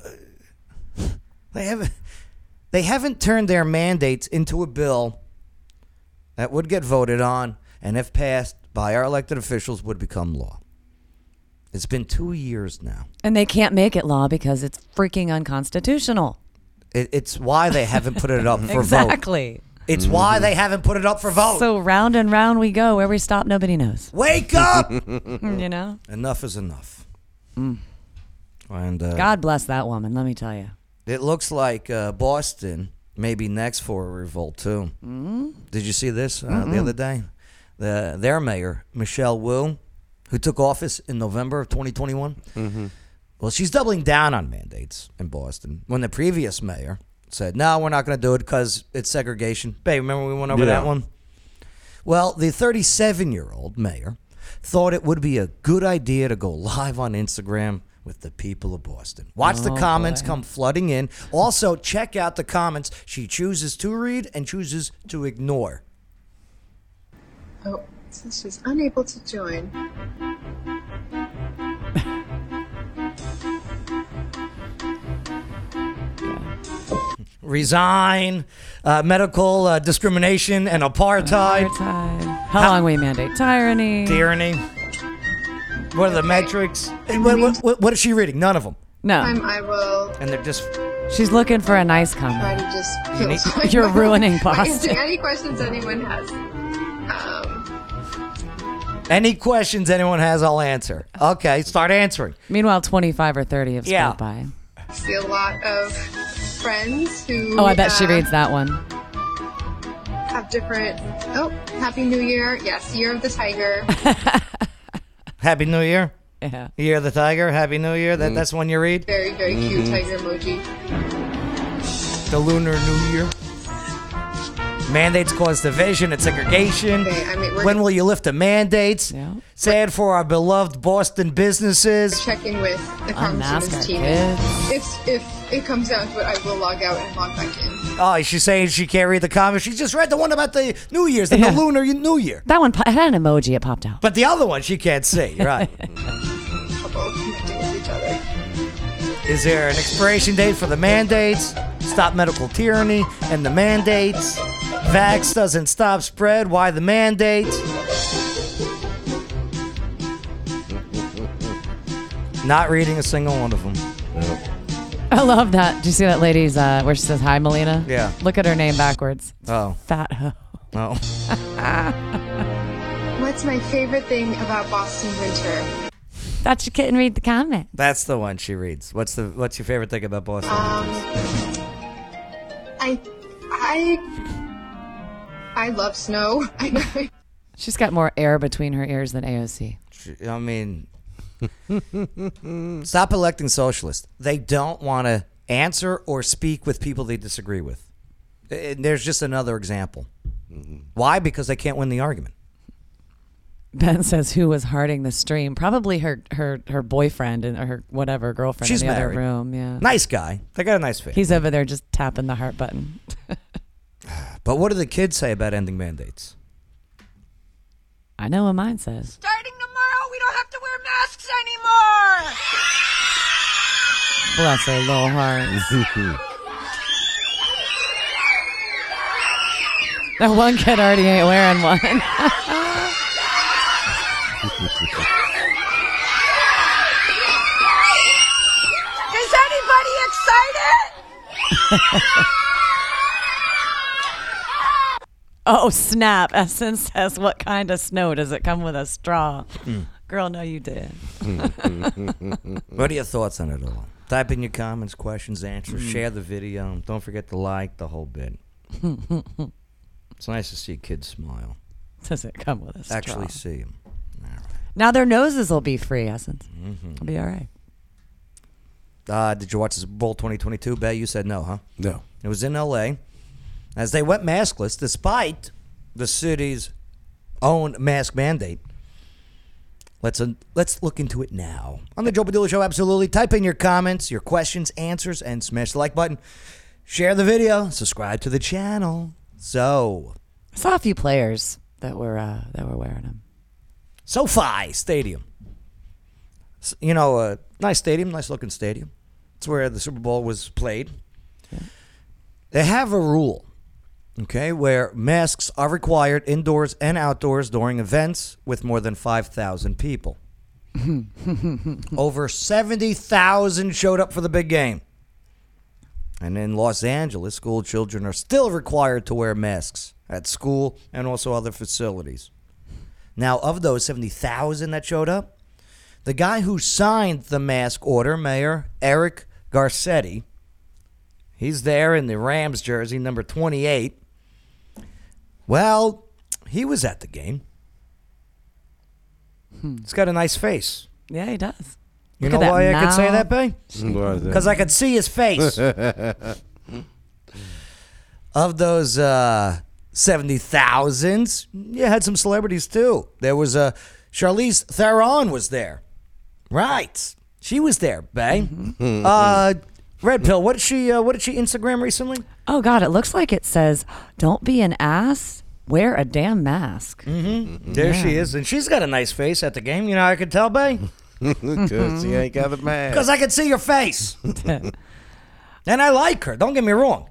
uh, they haven't they haven't turned their mandates into a bill that would get voted on and if passed by our elected officials would become law. It's been 2 years now.
And they can't make it law because it's freaking unconstitutional.
It, it's why they haven't put it up for vote.
*laughs* exactly.
It's why they haven't put it up for vote.
So round and round we go. Where we stop, nobody *laughs* knows.
Wake up!
you know?
enough is enough. And uh,
God bless that woman, let me tell you.
It looks like uh, Boston maybe next for a revolt too. mm Did you see this uh, the other day? The, their mayor Michelle Wu, who took office in November of 2021. Well, she's doubling down on mandates in Boston when the previous mayor said, "No, we're not going to do it because it's segregation." Babe, remember we went over
Yeah.
that one? Well, the 37 year old mayor thought it would be a good idea to go live on Instagram with the people of Boston. Watch the
Oh,
comments
boy.
come flooding in. Also, check out the comments she chooses to read and chooses to ignore.
Oh, since she's unable to join.
Resign, uh, medical uh, discrimination and apartheid,
Time. How long we mandate tyranny?
tyranny. What are the metrics? And What, what- what- what is she reading? None of them.
Time
No.
I will
And they're just
She's looking for a nice
try
comment.
to just kill
need-
time
*laughs* You're
by-
ruining
by
Boston.
answering any questions anyone has. Um,
any questions anyone has, I'll answer. Okay, start answering.
Meanwhile, 25 or 30 have
Yeah.
scrolled by.
see a lot of friends who.
Oh, I bet she
uh,
reads that one.
Have different. Oh, Happy New Year! Yes, Year of
*laughs*
the Tiger.
Happy New Year.
Yeah.
Year of the Tiger, Happy New Year. That, That's one you read.
Very, very cute
Mm-hmm.
tiger emoji.
The Lunar New Year. Mandates cause division and segregation.
Okay, I mean, we're
when will you lift the mandates?
Yeah.
Sad for our beloved Boston businesses.
*laughs* Check in with the
Unmask our
congresswoman's team.
kids.
If if it comes down to it, I will log out and log back in.
Oh, she's saying she can't read the comments. She just read the one about the New Year's, the,
Yeah.
Lunar New Year.
That one po- it had an emoji. It popped out.
But the other one she can't
*laughs*
see. Right.
Couple connecting with each other.
Is there an expiration date for the mandates? Stop medical tyranny and the mandates. Vax doesn't stop spread. Why the mandates? Not reading a single one of them.
I love that. Do you see that lady's uh, where she says hi, Melina?
Yeah.
Look at her name backwards. It's
Oh,
Fat hoe. *laughs*
oh.
What's my favorite thing about Boston winter?
Thought you couldn't read the comment.
That's the one she reads. What's the What's your favorite thing about Boston?
I, I, I love snow. *laughs* I
She's got more air between her ears than AOC.
She- I mean, *laughs* stop electing socialists. They don't want to answer or speak with people they disagree with. And there's just another example. Why? Because they can't win the argument.
Ben says who was harding the stream? Probably her her her boyfriend and or her whatever girlfriend
She's
in the
married.
other room. Yeah.
Nice guy. They got a nice fit.
He's over there just tapping the heart button.
But what do the kids say about ending mandates?
I know what mine says.
Starting tomorrow, we don't have to wear masks anymore.
Bless her little
*laughs*
heart. that one kid already ain't wearing one.
Is anybody excited?
Oh snap! Essence says, "What kind of snow does it come with a straw?"
Hmm.
Girl, no, you did.
What are your thoughts on it all? Type in your comments, questions, answers, share the video. Don't forget to like the whole
*laughs*
bit. it's nice to see kids smile.
Does it come with a straw?
Actually, see them.
now their noses will be free. Essence,
Mm-hmm.
it'll be all right.
Uh, did you watch the Super Bowl 2022? Bet you said no, huh?
No.
It was in L.A. As they went maskless, despite the city's own mask mandate. Let's uh, let's look into it now on the Joe Padula Show. Absolutely, type in your comments, your questions, answers, and smash the like button. Share the video, subscribe to the channel. So,
I saw a few players that were uh, that were wearing them.
SoFi Stadium. S- You know, uh, nice stadium, nice looking stadium. It's where the Super Bowl was played. They have a rule, okay, where masks are required indoors and outdoors during events with more than 5,000 people. Over 70,000 showed up for the big game. And in Los Angeles, school children are still required to wear masks at school and also other facilities. Now, of those 70,000 that showed up, the guy who signed the mask order, Mayor Eric Garcetti, he's there in the Rams jersey, number 28. Well, he was at the game. He's got a nice face.
Yeah, he does.
You
Hmm. Look at
know
that
why I could say that,
mouth.
Bay? Because I could see his
*laughs*
face. of those uh, 70,000s, you had some celebrities too. There was uh, Charlize Theron was there. Right. She was there, Bay.
Mm-hmm.
uh, Red Pill, what did she uh, what did she Instagram recently?
Oh God, it looks like it says, "Don't be an ass. Wear a damn mask."
Mm. There she is, and she's got a nice face at the game. You know, how I could tell, Bay,
*laughs* Mm-hmm.
Because he ain't got a
because
mask.
I could see your
*laughs*
face, and I like her. Don't get me wrong,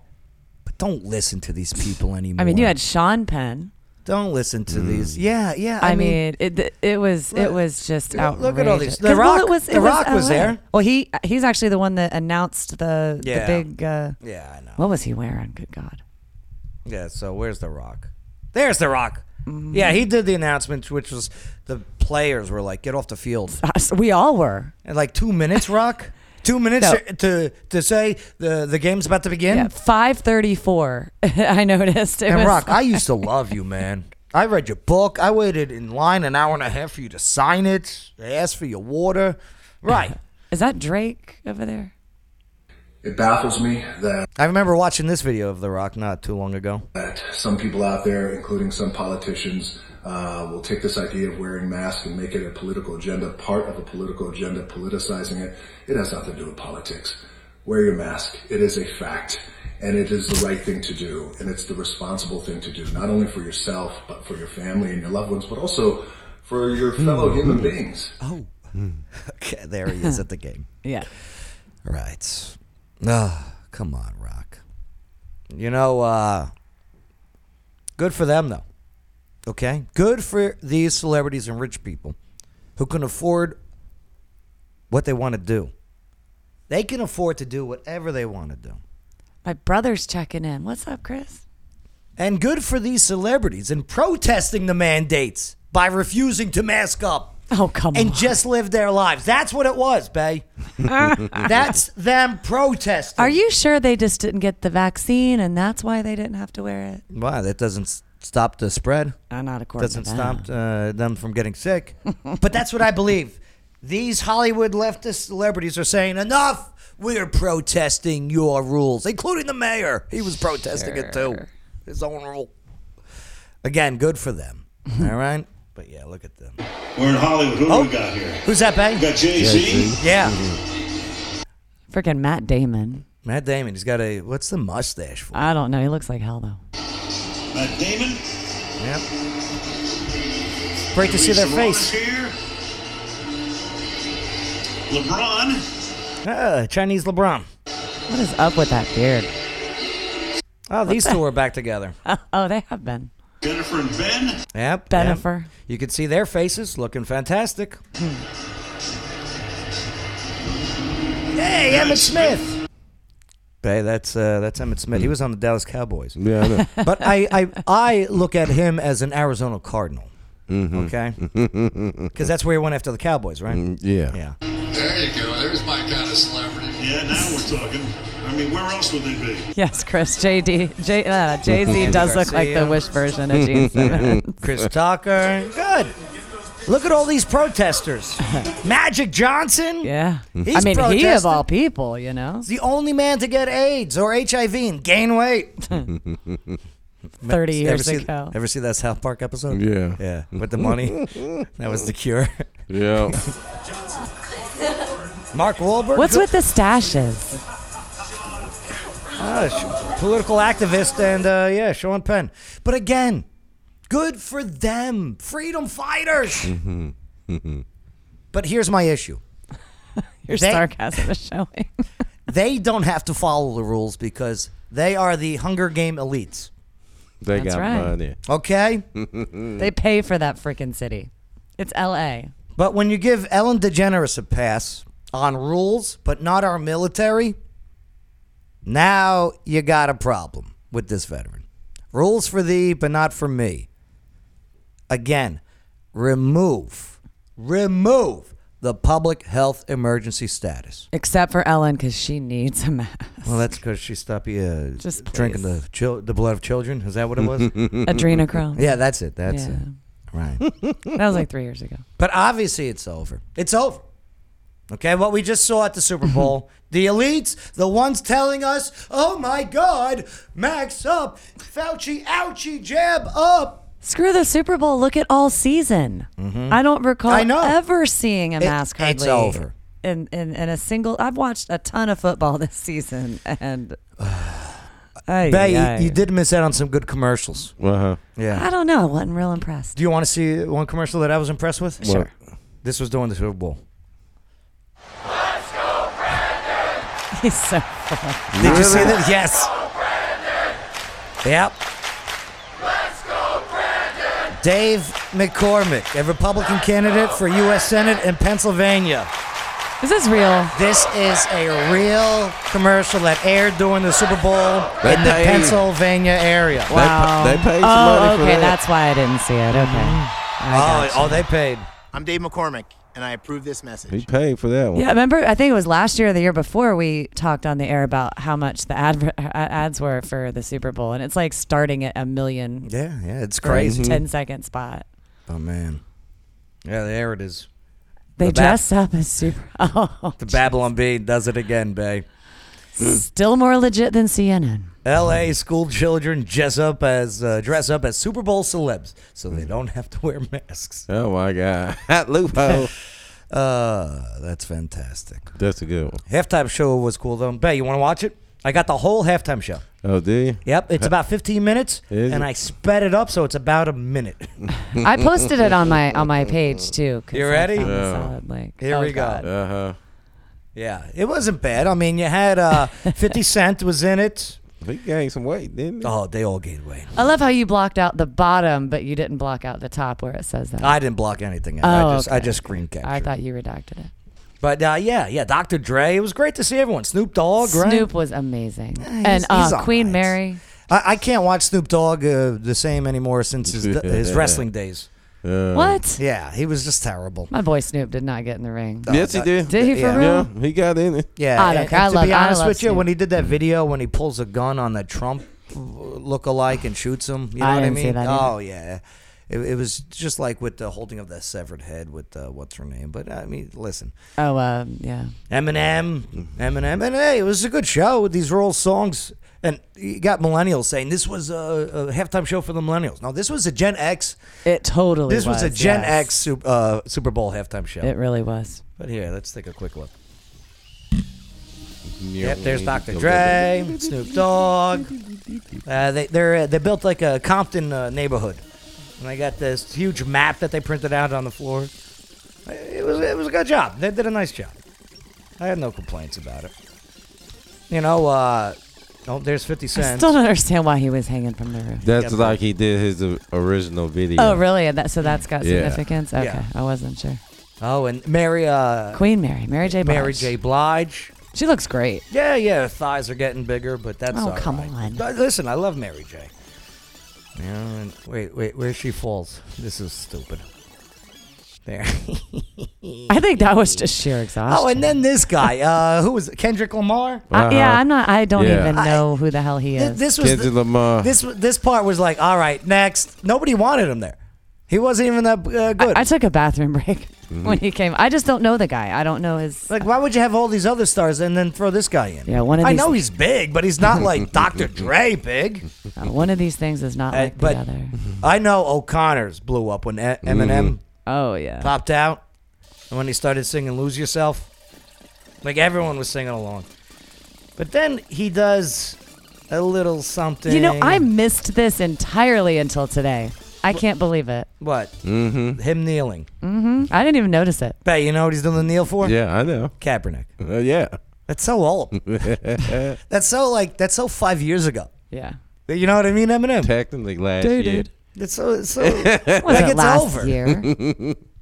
but don't listen to these people anymore.
I mean, you had Sean Penn.
Don't listen to these. Yeah, yeah.
I, mean, it it was it
look-
was just
look-
outrageous.
look at all these- The
'Cause, well,
Rock- The Rock was
LA.
there.
Well, he he's actually the one that announced the
Yeah.
the big. Uh,
yeah, I know.
What was he wearing? Good God.
Yeah. So where's the Rock? There's the Rock.
Mm-hmm.
Yeah, he did the announcement, which was the players were like, "Get off the field."
Us- Uh, We all were.
And like two minutes,
*laughs*
Rock. Two minutes
No.
to to say the the game's about to begin.
Yeah, five thirty four. *laughs* I noticed. It
And
was-
Rock,
*laughs*
I used to love you, man. I read your book. I waited in line an hour and a half for you to sign it. I asked for your water.
*laughs*
Right.
Is that Drake over there?
It baffles me that
I remember watching this video of The Rock not too long ago.
some people out there, including some politicians, uh, will take this idea of wearing masks and make it a political agenda, part of a political agenda, politicizing it. It has nothing to do with politics. Wear your mask. It is a fact. And it is the right thing to do. And it's the responsible thing to do, not only for yourself, but for your family and your loved ones, but also for your fellow human beings.
Oh. *laughs* Okay, there he is at the game.
Yeah.
Right. Ah, come on, Rock. You know, uh, good for them, though. Okay? Good for these celebrities and rich people who can afford what they want to do. They can afford to do whatever they want to do.
My brother's checking in. What's up, Chris?
And good for these celebrities in protesting the mandates by refusing to mask up.
Oh, come
and
on.
just live their lives. That's what it was,
*laughs*
Bay. That's them protesting.
Are you sure they just didn't get the vaccine and that's why they didn't have to wear it?
Wow, that doesn't s- stop the spread.
I'm not according
Doesn't
to them.
stop uh, them from getting sick. but that's what I believe. These Hollywood leftist celebrities are saying enough. We're protesting your rules, including the mayor. He was protesting it too. His own rule. Again, good for them. All right. But yeah, look at them.
We're in Hollywood. Who
Oh.
do we got here?
Who's that,
We
Bay?
got Jay Z.
Yeah,
Freaking Matt Damon.
Matt Damon. He's got a what's the mustache for?
I don't know. He looks like hell, though.
Matt Damon.
Yep. Great to see their
Lisa Ross
face.
Here. LeBron.
Ah, Chinese LeBron.
What is up with that beard? *laughs*
Oh, these two are back together.
Oh, they have been.
Jennifer and Ben.
Yep. yep.
Bennifer. Hmm.
You can see their faces looking fantastic. hey, Emmett Smith. Hey, that's uh, that's Emmett Smith. He was on the Dallas Cowboys.
Hmm. Yeah, I know.
*laughs* But I, I I look at him as an Arizona Cardinal.
Mm-hmm.
Okay,
*laughs*
because that's where he went after the Cowboys, right?
yeah.
Yeah.
There you go. There's my kind of celebrity.
Yeah, now we're talking. I mean, where else would they be?
Yes, Chris. JD. J, uh,
*laughs*
Jay-Z does look like the
Garcia.
Wish version of
*laughs*
Gene Simmons.
Chris Tucker. Good. Look at all these
*laughs*
protesters. Magic Johnson.
Yeah.
He's
I mean, he of
protesting.
all people, you know?
the only man to get AIDS or HIV and gain weight.
*laughs* 30 years
ever see,
ago.
Ever see that South Park episode?
Yeah.
Yeah. With the money. that was the cure.
Yeah.
*laughs*
Mark Wahlberg.
What's with the stashes?
Ah, sh- political activist and, uh, yeah, Sean Penn. But again, good for them. Freedom fighters. but here's my issue
Your
They-
sarcasm is showing.
*laughs* they don't have to follow the rules because they are the Hunger Game elites.
They
That's
got
right.
money.
Okay?
they pay for that freaking city. It's L.A.
But when you give Ellen DeGeneres a pass on rules, but not our military, now you got a problem with this veteran. Rules for thee, but not for me. Again, remove, remove the public health emergency status.
Except for Ellen, because she needs a mask.
Mm-hmm.
Well, that's because she stopped uh,
Just
drinking
please.
the chil- the blood of children. Is that what it was? *laughs*
Adrenochrome.
yeah, that's it. That's
Yeah.
it. Right.
That was like three years ago.
But obviously, it's over. It's over. Okay, what we just saw at the Super Bowl, the elites, the ones telling us, oh my God, max up, Fauci, ouchie, jab up.
Screw the Super Bowl. Look at all season.
Mm-hmm.
I don't recall
I know.
ever seeing a mask
it's
hardly.
over.
In, in, in a single, I've watched a ton of football *laughs* this season,
*sighs*
and Ay,
Bay,
ay.
you, you did miss out on some good commercials.
Uh huh.
Yeah.
I don't know. I wasn't real
*laughs*
impressed.
Do you want to see one commercial that I was impressed with?
Sure.
This was during the Super Bowl.
He's so
Did you see that? Yes. Yep. Dave McCormick, a Republican candidate for U.S. Senate in Pennsylvania.
Is this real?
This is a real commercial that aired during the Super Bowl
They
in the
paid.
Pennsylvania area.
They, pa- they paid some
Oh,
money for
okay.
that. Mm-hmm.
That's why I didn't see it. Okay. I
Oh,
gotcha.
oh, they paid.
I'm Dave McCormick, and I approve this message.
He paid for that one.
Yeah, remember? I think it was last year or the year before we talked on the air about how much the adver- *laughs* a- ads were for the Super Bowl, and it's like starting at a million
Yeah, yeah, it's
for a
crazy.
10 second spot.
Oh man, yeah, there it is.
They
The Bab-
dress up as Super. *laughs* Oh,
The Babylon Bee does it again, Bay.
still more legit than CNN.
L.A. school children dress up as uh, dress up as Mm-hmm. Super Bowl celebs, so they don't have to wear masks.
*laughs* Oh my God! Hot loophole.
Uh, that's fantastic.
That's a good one.
Halftime show was cool though. Bay, you want to watch it? I got the whole halftime show.
Oh, do you?
Yep, it's about 15 minutes,
Is
and
it?
I sped Uh, it up so it's about a minute.
I posted it on my on my page too. 'cause
You
I
ready?
found this
Yeah.
out, like,
Here
oh,
we go.
God.
Uh huh.
Yeah, it wasn't bad. I mean, you had
*laughs*
uh, 50 Cent was in it.
He gained some weight, didn't he?
Oh, they all gained weight.
I love how you blocked out the bottom, but you didn't block out the top where it says that.
I didn't block anything. out. I
Oh,
just I
okay.
just screen captured.
I thought you redacted it.
But uh, yeah, yeah, Dr. Dre. It was great to see everyone. Snoop Dogg, right?
Snoop was amazing,
he's-
and uh,
he's all
Queen
right.
Mary.
I, I can't watch Snoop Dogg uh, the same anymore since
*laughs*
his, his wrestling days.
Uh,
What?
Yeah, Uh, he was just terrible.
My boy Snoop did not get in the ring.
Yes, he
that-
did.
Did he for
Yeah.
real?
Yeah, he got in it.
Yeah,
I don't
and-
care.
and
I
to
love-
be
I
honest
love
with you,
Snoop.
when he did that video when he pulls a gun on the Trump look-alike and shoots him, you know
I
what I
didn't
mean?
see that either.
oh yeah, it, it was just like with the holding of the severed head with uh, what's her name. But I mean, listen,
Oh, uh, yeah.
Eminem, Eminem, and hey, it was a good show. These were all songs, and you got millennials saying this was a, a halftime show for the millennials. No, this was a Gen X.
It totally.
This was, a Gen
yes.
X Super, uh, Super Bowl halftime show.
It really was.
But here, let's take a quick look.
Yeah,
Yep, there's Dr. Dre, Snoop Dogg. Uh, they they're, uh, they built like a Compton uh, neighborhood, and they got this huge map that they printed out on the floor. Uh, It was it was a good job. They did a nice job. I had no complaints about it. You know, uh, oh, there's 50
I
Cent.
still don't understand why he was hanging from the roof.
That's
Yeah,
like he did his uh, original video.
Oh, really? And That so that's got
Yeah.
significance. Okay,
Yeah.
I wasn't sure.
Oh, and Mary, uh,
Queen Mary, Mary J. Blige.
Mary J. Blige.
She looks great.
Yeah, yeah, her thighs are getting bigger, but that's
Oh,
all
come
right.
on.
But Listen, I love Mary J. You know, and wait, wait, where she falls. This is stupid.
*laughs*
There.
I think that was just sheer exhaustion.
oh, and then this guy, uh, who was it? Kendrick Lamar?
I- yeah,
Uh-huh.
I'm not. I don't
Yeah.
even
I-
know who the hell he
Th-
is.
This was
Kendrick
the,
Lamar.
this this part was like, all right, next. Nobody wanted him there. He wasn't even that uh, good.
I, I took a bathroom break
Mm-hmm.
when he came. I just don't know the guy. I don't know his.
like, why would you have all these other stars and then throw this guy in?
Yeah, one of
I
these-
know he's big, but he's not
*laughs*
like Dr. Dre big.
uh, one of these things is not
Uh,
like
but-
the other.
I know O'Connor's blew up when E-
Mm.
Eminem
Oh yeah.
popped out, and when he started singing "Lose Yourself," like everyone was singing along. But then he does a little something.
You know, I missed this entirely until today. I can't believe it.
what? Mm-hmm. Him kneeling.
I didn't even notice it.
But you know what he's doing the kneel for?
Yeah, I know.
Kaepernick.
Uh, yeah.
That's
*laughs*
so old. that's so like that's so five years ago.
Yeah.
You know what I mean, Eminem?
Technically last year.
Dated.
It's so
*laughs*
it's so.
Was
Like,
it
it's
last
over.
year?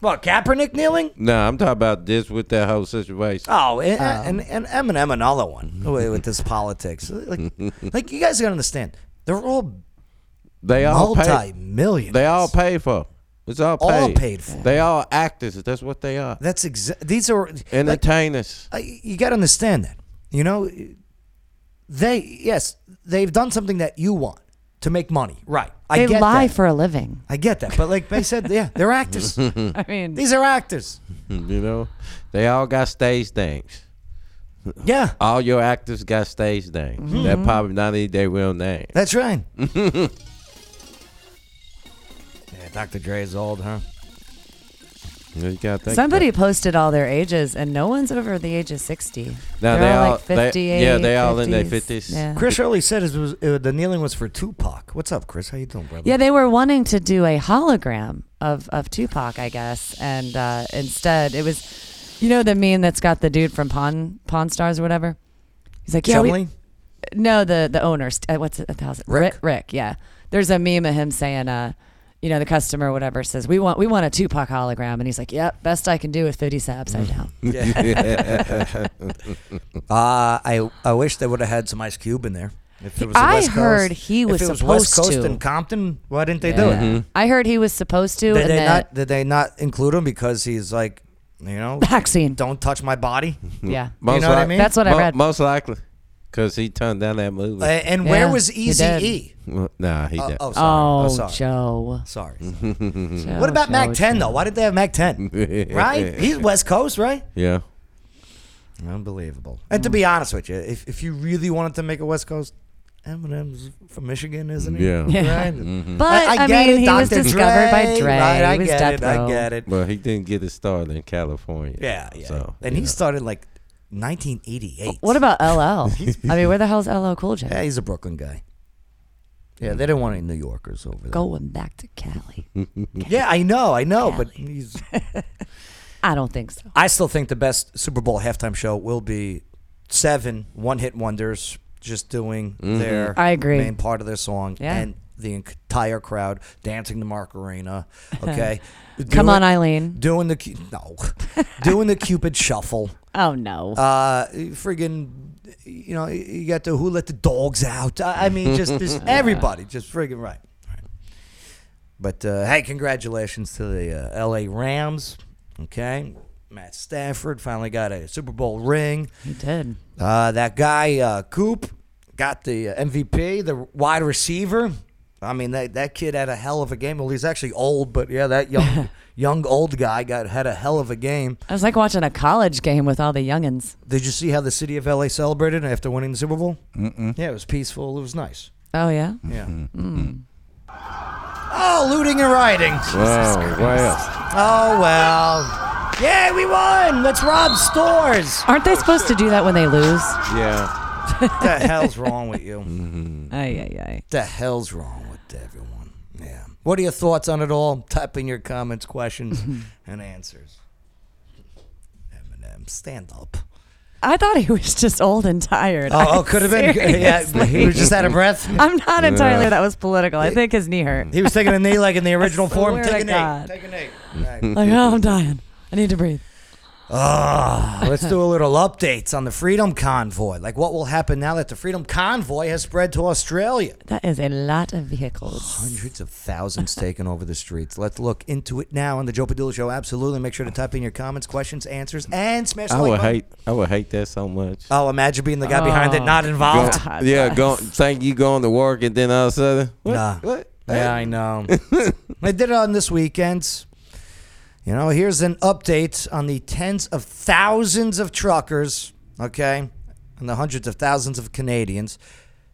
what Kaepernick kneeling?
No, I'm talking about this with that whole situation.
Oh, and,
Um.
and, and Eminem another one with with this politics. Like, like you guys gotta understand, they're all
They all
multi
pay.
millionaires.
They all paid for. It's all
All
paid.
paid for.
They all actors. That's what they are.
That's exact. These are like,
Entertainers.
I, you got to understand that. You know, they yes they've done something that you want to make money. Right. I
They
get
lie
that.
for a living.
I get that. But like they said, yeah, they're *laughs* actors.
I mean,
These are actors.
you know, they all got stage names.
Yeah.
All your actors got stage names.
Mm-hmm.
That probably not even their real name.
That's right. yeah, Dr. Dre's old, huh?
You gotta think
somebody posted all their ages, and no one's over the age of 60.
No,
They're
they
all
all-
like
they-
58.
yeah, they all in their 50s.
Yeah.
Chris Early said it was, uh, the kneeling was for Tupac. What's up, Chris? How you doing, brother?
Yeah, they were wanting to do a hologram of, of Tupac, I guess, and uh, instead it was, you know, the meme that's got the dude from Pawn Pawn Stars or whatever. He's like, yeah, we-
Shoveling?
no, the the owner, st- uh, what's it, how's it?
Rick.
Rick, Rick, yeah. There's a meme of him saying, uh, you know, the customer or whatever says, we want we want a Tupac hologram, and he's like, yep, best I can do with 50 Cent upside down.
Mm-hmm. *laughs* Uh, I I wish they would have had some Ice Cube in there. If it was the
I
West
heard
Coast,
he was
if it was West
supposed
Coast
to.
and Compton. Why didn't they do it?
Yeah. I heard he was supposed to,
Did
and
they
then
not? Did they not include him because he's like, you
*laughs*
know,
vaccine.
don't touch my body?
Yeah,
Most
You know what I
like-
mean?
that's what I
Mo-
read.
Most likely, because he turned down that movie.
Uh, and where
Yeah,
was
he
Easy
did.
E?
Well, nah, he
Oh,
did.
oh, sorry.
oh,
Oh, sorry.
Joe.
Sorry.
*laughs*
Joe,
What about
Joe,
Mac Ten
Joe.
though? Why did they have Mac Ten? right? He's West Coast, right?
Yeah.
Unbelievable. And to be honest with you, if if you really wanted to make a West Coast, Eminem's from Michigan, isn't he?
Yeah. Mm-hmm.
Yeah.
Right?
But, I
get
mean,
it,
he was
Dr.
discovered by Dre.
Right, I
He was
get
Death
it. I
Row.
get it.
Well, he didn't get his start in California.
Yeah, yeah.
So,
and
you
he
know.
started like 1988.
What about
*laughs*
LL? I mean, where the hell's LL Cool J?
Yeah, he's a Brooklyn guy. Yeah, they didn't want any New Yorkers over there.
Going back to Cali.
Mm. Yeah, I know, I know, but he's. *laughs*
I don't think so.
I still think the best Super Bowl halftime show will be seven one-hit wonders just doing their
I agree.
main part of their song
Yeah.
and the entire crowd dancing to Macarena.
*laughs*
Okay,
Come
Doing-
on, Eileen.
Doing the cu-
*laughs*
no, doing the Cupid shuffle.
Oh, no.
Uh, friggin', you know, you got the who let the dogs out. I, I mean, just this everybody, just friggin' right. Right. But uh, hey, congratulations to the uh, L.A. Rams. Okay, Matt Stafford finally got a Super Bowl ring.
he did.
Uh, that guy uh, Coop got the uh, MVP, the wide receiver. I mean, that that kid had a hell of a game. Well, he's actually old, but yeah, that young young old guy got had a hell of a game.
I was like watching a college game with all the youngins.
Did you see how the city of LA celebrated after winning the Super Bowl? Mm-mm. Yeah, it was peaceful. It was nice.
Oh, yeah?
Yeah. Oh, looting and rioting.
Wow, wow.
Oh well. Yeah, we won. Let's rob stores.
Aren't they supposed to do that when they lose?
Yeah.
What *laughs* the hell's wrong with you? What
Ay, ay, ay.
the hell's wrong with everyone? Yeah. What are your thoughts on it all? Type in your comments, *laughs* questions, and answers. Eminem, stand up.
I thought he was just old and tired.
Oh, oh could have been. *laughs* Yeah, he
*laughs*
was just out of *laughs* breath.
I'm not entirely that was political. I think his knee hurt.
He was taking a knee like in
*laughs*
the original form.
swear
Take
to
a knee.
God.
Take a knee. All right.
Like, oh, I'm dying. I need to breathe.
Ah, let's do a little updates on the Freedom Convoy. Like what will happen now that the Freedom Convoy has spread to Australia?
That is a lot of vehicles.
Hundreds of thousands taken over the streets. Let's look into it now on the Joe Padula Show. Absolutely. Make sure to type in your comments, questions, answers, and smash the
Oh, I
like
would
button.
hate. I would hate that so much.
Oh, imagine being the guy behind
Oh.
it, not
Go-
involved.
*laughs*
God
yeah, go, think you going to work and then all of a sudden, what?
Nah.
what?
Yeah, I know. I did it on this weekend. You know, here's an update on the tens of thousands of truckers, okay, and the hundreds of thousands of Canadians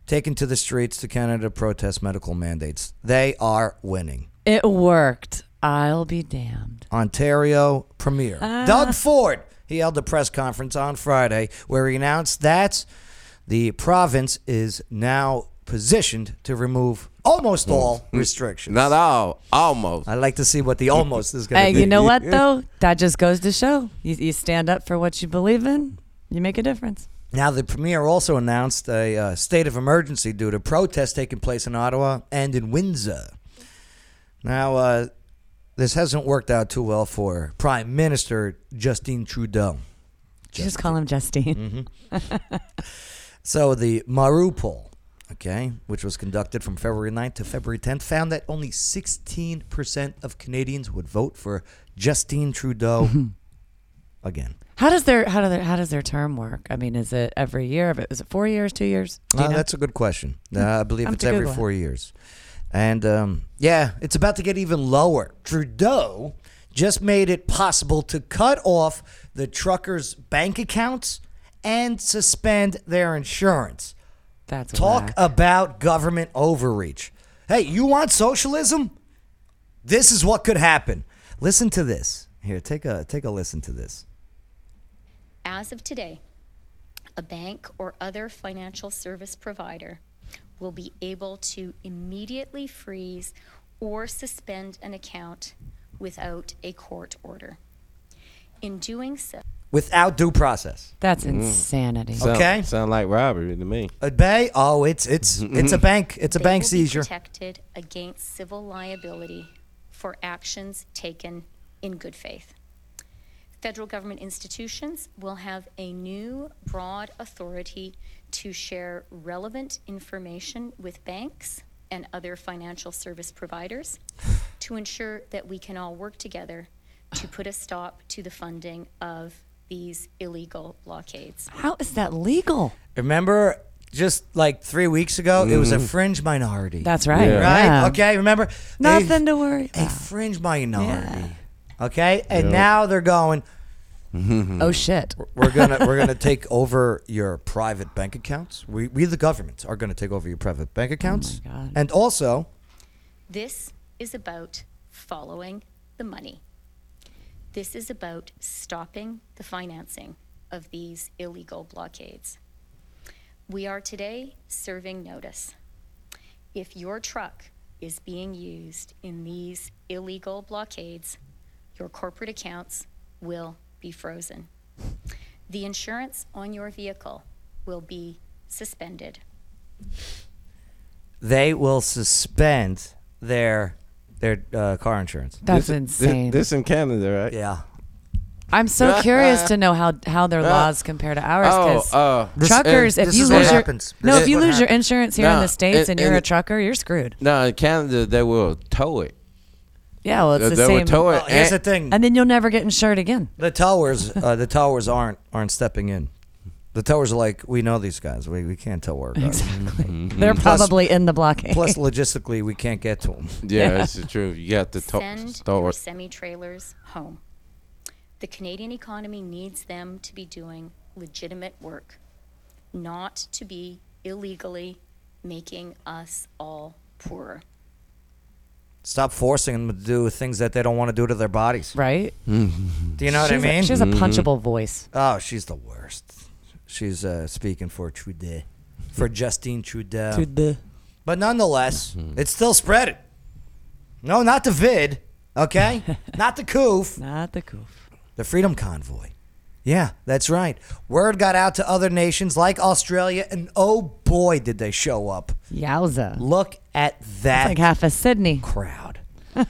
taken to the streets to Canada to protest medical mandates. They are winning.
It worked. I'll be damned.
Ontario Premier. Doug Ford. He held a press conference on Friday where he announced that the province is now positioned to remove almost all restrictions.
Not all, almost.
I'd like to see what the almost is
Hey,
going to
you
be.
know what, though? That just goes to show you, you stand up for what you believe in, you make a difference.
Now, the premier also announced a uh, state of emergency due to protests taking place in Ottawa and in Windsor. Now, uh, this hasn't worked out too well for Prime Minister Justin Trudeau.
Just call him Justine.
So the Maru poll, okay, which was conducted from February 9th to February 10th, found that only 16% of Canadians would vote for Justine
*laughs*
Trudeau again.
How does their how do their how does their term work? I mean, is it every year? If it- Is it four years, two years? Do you
Uh,
know?
that's a good question. Uh, I believe
I'll have
it's
to
every
Google it.
four years. And um, yeah, it's about to get even lower. Trudeau just made it possible to cut off the truckers' bank accounts and suspend their insurance.
That's
Talk
whack.
about government overreach. Hey, you want socialism? This is what could happen. Listen to this. Here, take a take a listen to this.
As of today, a bank or other financial service provider will be able to immediately freeze or suspend an account without a court order. In doing so,
Without due process.
That's
Mm.
insanity.
Sound-
Okay.
Sound like robbery to me.
A bay? Oh, it's it's it's a
*laughs*
bank. It's a
they
bank
will
seizure.
be protected against civil liability for actions taken in good faith. Federal government institutions will have a new broad authority to share relevant information with banks and other financial service providers to ensure that we can all work together to put a stop to the funding of these illegal blockades.
How is that legal?
Remember, just like three weeks ago, it was a fringe minority.
That's right.
Yeah.
right.
yeah.
Okay, remember
Nothing
A-
to worry
a
about.
fringe minority. Okay, and now they're going.
Mm.
oh shit.
We're gonna we're gonna take over your private bank accounts. We we the government are gonna take over your private
Oh
bank accounts. And also,
This is about following the money. This is about stopping the financing of these illegal blockades. We are today serving notice. If your truck is being used in these illegal blockades, your corporate accounts will be frozen. The insurance on your vehicle will be suspended.
they will suspend their their uh, car insurance.
That's
This-
insane.
This, this in Canada, right?
Yeah.
*laughs*
I'm so curious to know how, how their laws compare to ours.
Oh,
'cause
uh, this-
truckers,
uh,
if
this
you
is what
lose your
happens.
no,
This
if
is
you
what
lose your
happens.
insurance here in
No,
the states
in-
and you're
in-
a trucker, you're screwed.
No, in Canada they will tow it. Uh,
Yeah, well, it's
They-
the
they
same.
Would tow it.
Oh, here's the
and-
thing.
And then you'll never get insured again.
The towers, uh, the towers aren't aren't stepping in. The towers are like, we know these guys. We, we can't tow our guys.
*laughs* Exactly.
Mm-hmm.
They're probably in the blockade.
Plus, logistically, we can't get to them.
Yeah, that's the truth. You got to tow.
Send
tow
your
it.
semi trailers home. The Canadian economy needs them to be doing legitimate work, not to be illegally making us all poorer.
Stop forcing them to do things that they don't want to do to their bodies.
Right?
Do you know
She's
what
a-
I mean?
she has a Mhm. punchable voice.
Oh, she's the worst. She's uh, speaking for Trudeau, for Justine Trudeau.
Trudeau.
But nonetheless,
Mm-hmm.
it's still spreading. No, not the vid,
*laughs*
okay? not the coof.
Not the coof.
The Freedom Convoy. Yeah, that's right. Word got out to other nations like Australia, and oh boy, did they show up.
Yowza.
Look at that.
like half of Sydney.
Crowd. *laughs*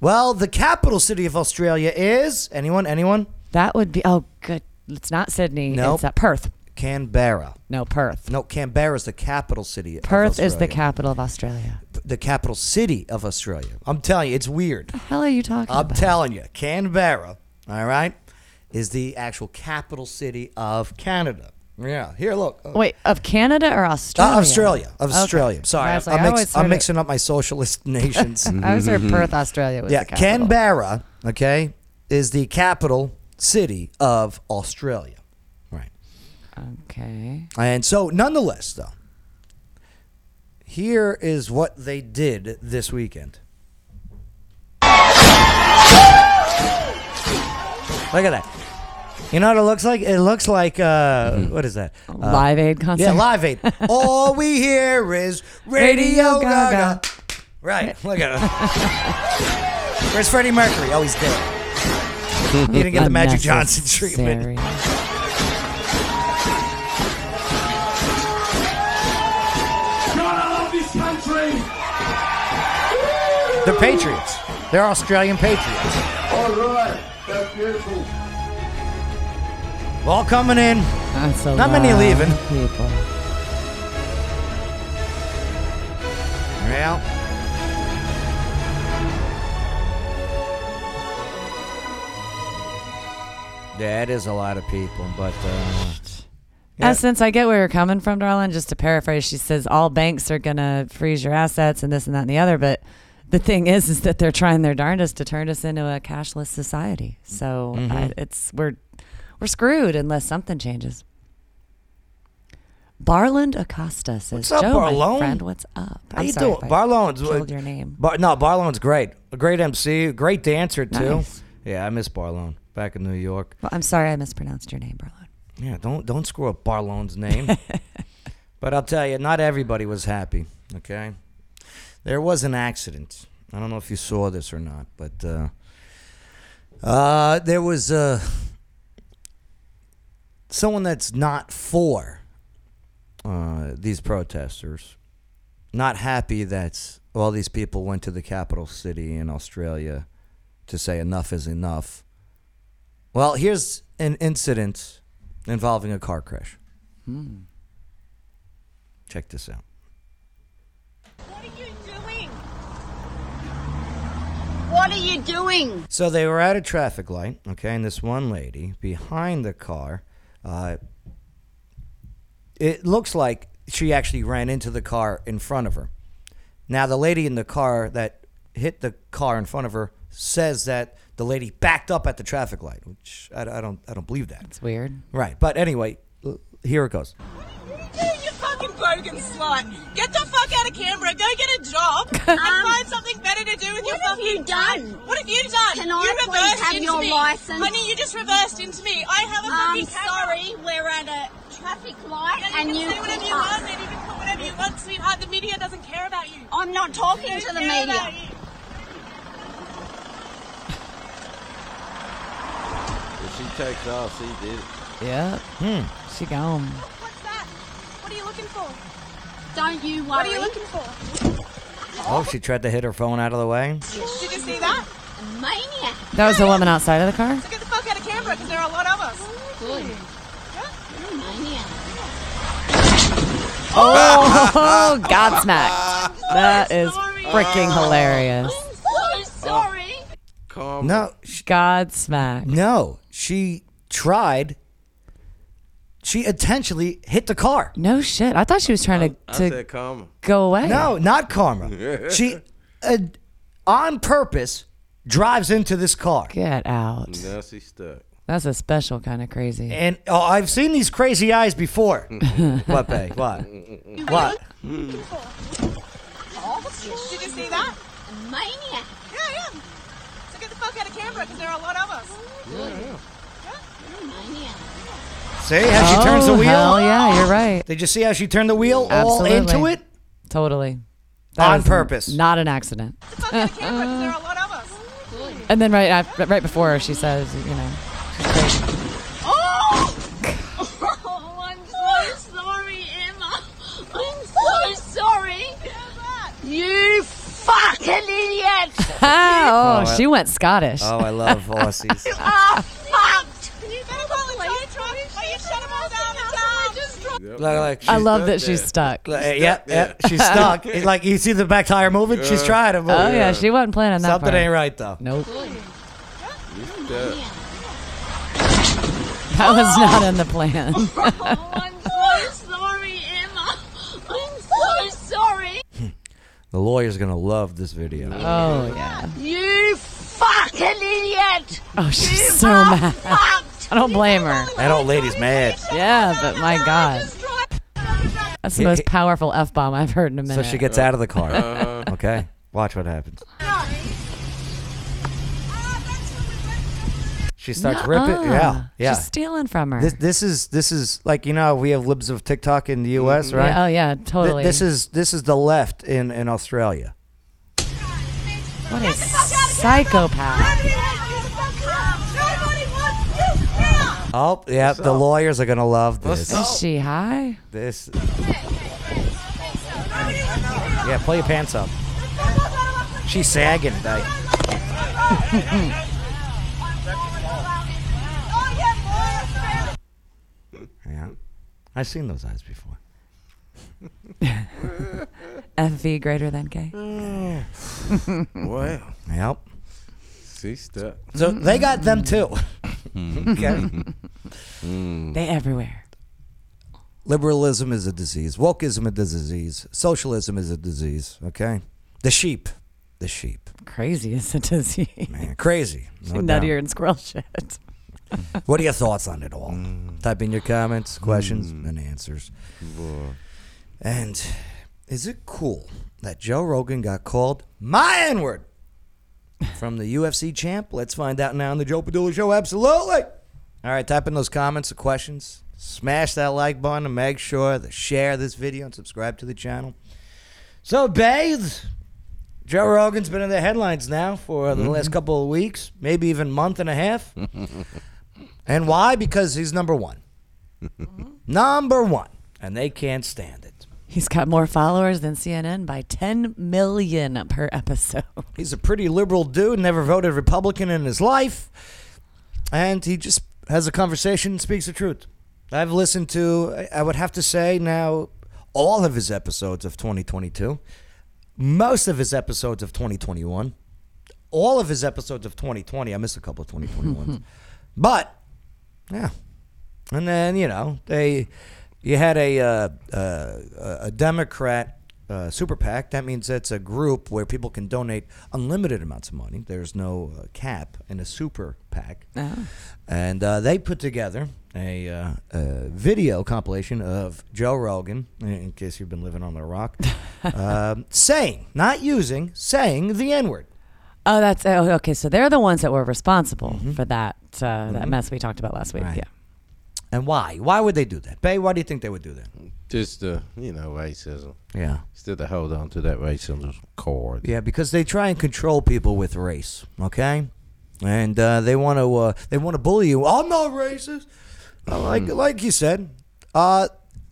well, the capital city of Australia is anyone? Anyone?
That would be, oh, good. It's not Sydney.
Nope.
It's at Perth.
Canberra.
No, Perth.
No, Canberra is the capital city. of
Perth is the
Australia.
capital of Australia.
the capital city of Australia. I'm telling you, it's weird.
The hell are you talking *laughs*
I'm
about?
telling you, Canberra, all right, is the actual capital city of Canada. Yeah, here, look. Uh,
Wait, of Canada or Australia?
Uh, Australia. Of
Okay.
Australia. Sorry,
I
I'm,
was like, I
mix-
always
I'm
heard it-
mixing up my socialist *laughs*
*laughs*
nations.
I was heard Perth, Australia was
yeah,
the capital.
Canberra, okay, is the capital city of Australia.
Okay.
And so, nonetheless, though, here is what they did this weekend. Look at that. You know what it looks like? It looks like, uh,
Hmm.
what is that? Uh,
Live Aid concert.
Yeah, Live *laughs* Aid. All we hear is Radio,
Radio
Gaga.
Gaga.
Right, look at him. Where's Freddie Mercury? Oh, he's dead. He didn't get the Magic Johnson treatment.
God, I love this country.
They're Patriots. They're Australian Patriots.
All right, that's beautiful.
All coming in.
That's a
Not many
lot
leaving.
of People.
Well. Yeah, it is a lot of people, but uh, Yeah.
Essence, I get where you're coming from, darling. Just to paraphrase, she says all banks are gonna freeze your assets and this and that and the other. But the thing is, is that they're trying their darndest to turn us into a cashless society. So I,
Mhm.
it's we're we're screwed unless something changes. Barland Acosta says,
What's up,
"Joe,
Barlone?
my friend, what's up?
how
I'm
you
sorry
doing?
if I
Barlone's
killed your name.
Bar, no, Barlone's great. A great MC, a great dancer too.
Nice.
Yeah, I miss Barlone back in New York.
Well, I'm sorry, I mispronounced your name, Barlone.
Yeah, don't don't screw up Barlone's name. but I'll tell you, not everybody was happy. Okay, there was an accident. I don't know if you saw this or not, but uh, uh, there was uh, someone that's not for uh, these protesters, not happy that all these people went to the capital city in Australia to say enough is enough. Well, here's an incident involving a car crash. Check this out.
What are you doing?
So they were at a traffic light, okay, and this one lady behind the car, uh, it looks like she actually ran into the car in front of her. Now, the lady in the car that hit the car in front of her says that the lady backed up at the traffic light, which I, I don't I don't believe that. It's
weird.
Right, but anyway, l- here it goes.
You fucking broken slut. Get the fuck out of Canberra. Go get a
*laughs*
job and find something better to do with your fucking
you done?
time. What have you done?
Can
you
I please
reversed
have
into
your
me.
license?
Honey, you just reversed into me. I have a fucking
I'm
camera.
sorry, we're at a traffic light
Yeah,
and
you
you
can say whatever
pulled
you want,
us.
and you can put whatever you want, sweetheart. The media doesn't care about you.
I'm not talking
They
to
don't
the
care
media.
about you.
If she takes off, she did it.
Yep. She gone.
Hmm.
What are you looking for?
Don't you worry.
What are you looking for?
Oh, she tried to hit her phone out of the way.
Did you see that?
Maniac.
That was the woman outside of the car?
So get the fuck out of Canberra because there are a lot of us.
Good. You're a maniac.
Oh, Godsmacked. That is freaking hilarious. Oh.
I'm so sorry.
No,
Godsmack.
No, she tried. She intentionally hit the car.
No shit. I thought she was trying
I- I
to,
said
to
karma.
go away.
No, not karma. she, uh, on purpose, drives into this car.
Get out.
Now she's stuck.
That's a special kind of crazy.
And oh, I've seen these crazy eyes
*laughs*
before. what, babe? What? What?
Did you see that?
Maniac.
Yeah, I am. So get the fuck out of Canberra because there are a lot of us.
See how she turns the
Oh,
wheel?
hell yeah, you're right.
Did you see how she turned the wheel
Absolutely.
all into it?
Totally.
On
was
purpose.
Not an accident.
There are a lot of us.
And then right af- right before her, she says, you know, *laughs*
Oh, I'm so sorry, Emma. I'm so sorry. You fucking idiot.
oh,
I-
she went Scottish.
Oh, I love
*laughs*
Aussies.
Ah, fucked.
You better call the tow truck. Why you shut them all down and down? Just drop.
Like- like
I
she's
love
stuck
that she's
there.
stuck.
Like, yeah, yeah, she's
*laughs*
stuck. It's like you see the back tire moving. She's
Yeah.
trying to move.
Oh, yeah, she wasn't planning that
Something
part.
ain't right though.
Nope.
Yeah.
That was not in the plan.
Oh, I'm so sorry, Emma. I'm so sorry.
The lawyer's gonna love this video.
Oh, yeah.
You fucking idiot.
oh, she's so *laughs* mad. I don't blame her.
That old lady's
*laughs*
mad.
Yeah, but my God. That's the
Yeah,
most
it-
powerful F bomb I've heard in a
So
minute.
she gets out of the
*laughs*
car.
Uh-huh.
Okay, watch what happens. She starts ripping.
Nuh-uh.
Yeah, yeah.
Ah, She's stealing from her.
This, this is this is like you know we have libs of TikTok in the U.S. right?
Yeah, oh, yeah,
Th-
totally.
this is this is the left in in Australia.
What a psychopath.
Oh yeah, the lawyers are gonna love this.
Is she high?
This. Yeah, pull your pants up. She's sagging. Like. yeah, I've seen those eyes before.
FV greater than K.
Wow.
Yep.
She's stuck.
So they got them too. *laughs* okay. Mm.
They everywhere.
Liberalism is a disease. Wokeism is a disease. Socialism is a disease. Okay. The sheep. The sheep.
Crazy as it *laughs* is.
Man, crazy. No
*laughs*
doubt.
Nuttier and squirrel shit.
What are your thoughts on it all? Type in your comments, questions, and answers. And is it cool that Joe Rogan got called my N word from the UFC champ? Let's find out now on the Joe Padula Show. Absolutely. All right, type in those comments or questions. Smash that like button and make sure to share this video and subscribe to the channel. So, Bays, Joe Rogan's been in the headlines now for the last couple of weeks, maybe even month and a half. And why? Because he's number one. number one. And they can't stand it.
He's got more followers than CNN by 10 million per episode. *laughs*
He's a pretty liberal dude, never voted Republican in his life. And he just has a conversation and speaks the truth. I've listened to, I- I would have to say now, all of his episodes of 2022, most of his episodes of 2021, all of his episodes of 2020. I missed a couple of 2021s. but, yeah. And then, you know, they, you had a, uh, uh, a Democrat uh, super PAC, that means it's a group where people can donate unlimited amounts of money. There's no uh, cap in a super PAC.
Oh.
And uh, they put together a, uh, a video compilation of Joe Rogan, in- in case you've been living on the rock, um, saying, not using, saying the N word.
Oh, that's oh, okay. So they're the ones that were responsible
Mm-hmm.
for that uh, that mess we talked about last week. Yeah.
And why? Why would they do that? Bay, why do you think they would do that?
Just the you know racism.
Yeah.
Still to hold on to that racism cord.
Yeah, because they try and control people with race, okay? And uh, they want to uh, they want to bully you. I'm not racist. Uh, Like like you said, uh,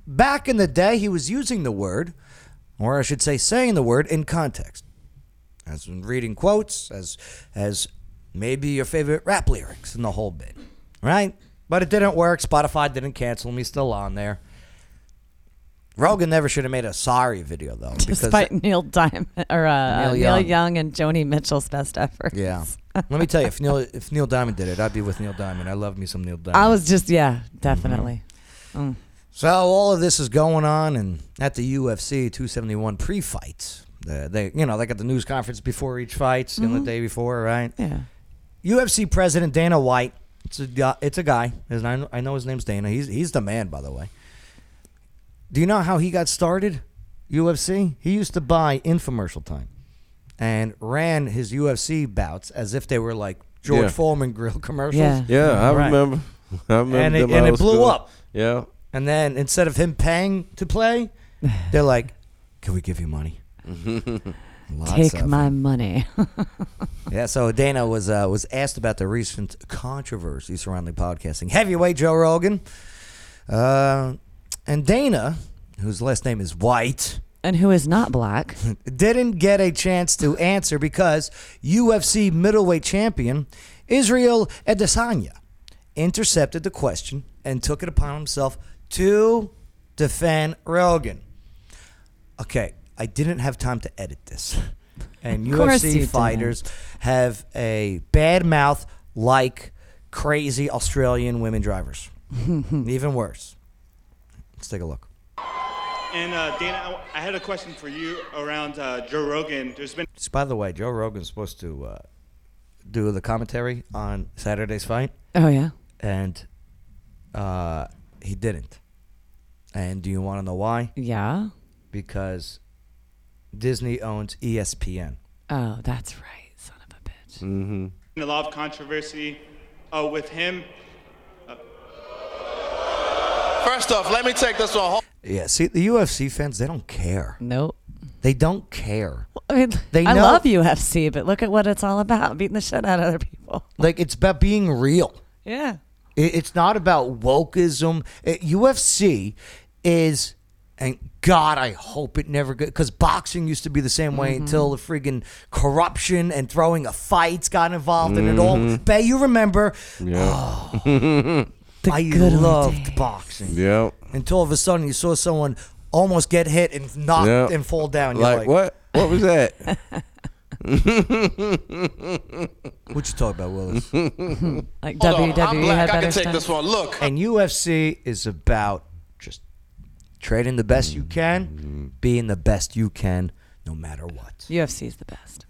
back in the day, he was using the word, or I should say, saying the word in context, as in reading quotes, as as maybe your favorite rap lyrics and the whole bit, right? But it didn't work. Spotify didn't cancel him. He's still on there. Rogan never should have made a sorry video though,
Despite Neil Diamond or uh,
Neil
Neil,
Young.
Young. and Joni Mitchell's best efforts.
Yeah. *laughs* Let me tell you, if Neil if Neil Diamond did it, I'd be with Neil Diamond. I love me some Neil Diamond.
I was just yeah, definitely. Mm.
So all of this is going on, and at the UFC 271 pre-fight, uh, they you know they got the news conference before each fight, and
Mhm.
the day before, right?
Yeah.
UFC president Dana White. It's a gu- it's a guy. His- I know- I know his name's Dana. He's he's the man, by the way. Do you know how he got started? UFC. He used to buy infomercial time, and ran his UFC bouts as if they were like George
Yeah.
Foreman grill *laughs* commercials.
Yeah. Yeah, I
Right.
remember. I remember
And it,
them
and it
old
blew
school.
up.
Yeah.
And then instead of him paying to
*laughs*
play, they're like, "Can we give you money?" Lots
Take
of
my
it.
money. *laughs*
Yeah. So Dana was uh, was asked about the recent controversy surrounding podcasting. Heavyweight Joe Rogan, uh, and Dana, whose last name is White,
and who is
*laughs*
not black,
didn't get a chance to answer because UFC middleweight champion Israel Adesanya intercepted the question and took it upon himself to defend Rogan. Okay, I didn't have time to edit
*laughs*
this. And
Of course you
UFC
didn't.
fighters have a bad mouth like crazy Australian women
*laughs*
drivers. Even worse. Let's take a look.
And uh, Dana, I w- I had a question for you around uh, Joe Rogan. There's been
So, by the way, Joe Rogan's supposed to uh, do the commentary on Saturday's fight.
Oh, yeah?
and uh, he didn't. And do you want to know why?
Yeah.
Because Disney owns E ESPN.
Oh, that's right. Son of a bitch.
Mm-hmm.
a lot of controversy uh, with him.
First off, let me take this one.
Yeah. See, the UFC fans they don't care.
Nope. *laughs*
They don't care.
I mean,
They
I
know-
love UFC, but look at what it's all about beating the shit out of other people.
Like it's about being real.
Yeah.
It, it's not about wokeism. Uh, UFC is, and God, I hope it never gets, because boxing used to be the same way
Mm-hmm.
until the friggin' corruption and throwing a fights got involved in it all.
Mhm.
Bay, you remember, Oh,
*laughs* Yeah.
I loved boxing.
yeah.
Until all of a sudden you saw someone almost get hit and knocked
Yeah.
and fall down. You're
Like,
like,
what? What was *laughs* that?
What you talking about, Willis?
Like
Hold on,
WWE
I'm black.
had better
I can take
stuff.
this one. Look.
And UFC is about just trading the best you can, being the best you can, no matter what.
UFC is the best.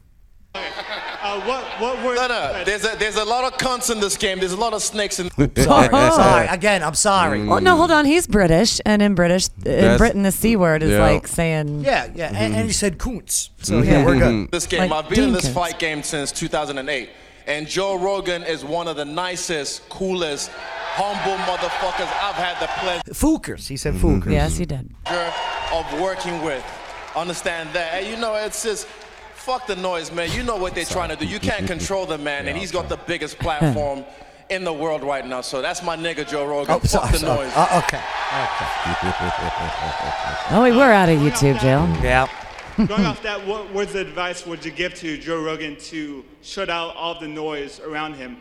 Uh, what what were
No, no. There's a there's a lot of cunts in this game. There's a lot of snakes in.
*laughs* Sorry, sorry.
Uh-huh.
Again, I'm sorry.
Mm-hmm.
Well, Oh, no, hold on. He's British, and in British, in
That's-
Britain, the c word is
Yeah.
like saying
Yeah, yeah. And, and he said Koontz. So yeah, we're good.
This game,
Like
I've been in this
Dinkins.
fight game since 2008, and Joe Rogan is one of the nicest, coolest, humble motherfuckers I've had the pleasure
Fookers. He said
Mm-hmm.
Fookers.
Yes, he did.
of working with. Understand that? And you know, it's just fuck the noise, man. You know what they're trying to do. You can't control them, man. and he's got the
*laughs*
biggest platform in the world right now. So that's my nigga, Joe Rogan.
Oh,
fuck
sorry,
the
sorry.
noise.
Uh, okay.
Oh, we were out of YouTube jail.
Yeah.
Going off that, what words of advice would you give to Joe Rogan to shut out all the noise around him?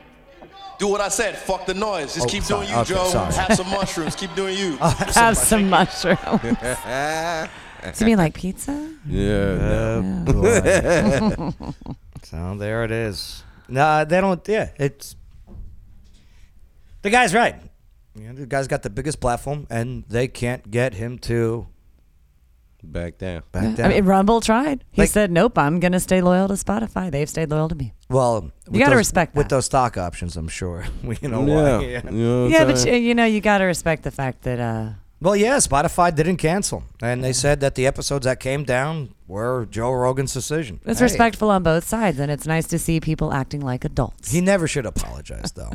Do what I said. Fuck the noise. Just
Oh,
keep
sorry.
doing you,
Okay,
Joe.
sorry. Uh,
Have some mushrooms. Keep doing
*laughs*
you.
Have some mushrooms. Do *laughs* you mean like pizza?
Yeah.
no.
boy. so there it is. No, they don't. Yeah, it's the guy's right. You know, the guy's got the biggest platform, and they can't get him to
Back down.
Back
I
down.
mean, Rumble tried. He
Like-
said, "Nope, I'm gonna stay loyal to Spotify. They've stayed loyal to me."
well, with
gotta
those-
respect
with those stock options. I'm sure *laughs* you know why.
Oh, Yeah. You know what
yeah,
I'm
but you,
saying?
you know, you got to respect the fact that uh,
Well, yeah, Spotify didn't cancel, and they said that the episodes that came down were Joe Rogan's decision.
it's
Hey,
respectful on both sides, and it's nice to see people acting like adults.
He never should apologize, though.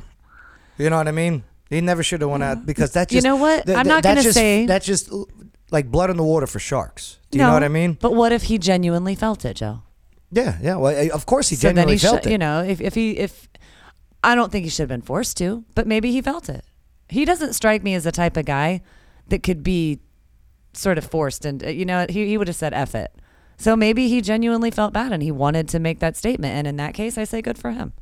you know what I mean? He never should have went out because that.
Mm. You
Just,
know what? I'm not
that
gonna
just-
say-
that's just l- like blood in the water for sharks. Do you
No,
know what I mean?
But what if he genuinely felt it, Joe?
Yeah, yeah. Well, eh, of course he
So then
genuinely
he
felt
should,
it.
you know, if, if he if I don't think he should have been forced to, but maybe he felt it. He doesn't strike me as the type of guy that could be sort of forced and uh, you know, he he would have said F it. So maybe he genuinely felt bad and he wanted to make that statement and in that case I say good for him.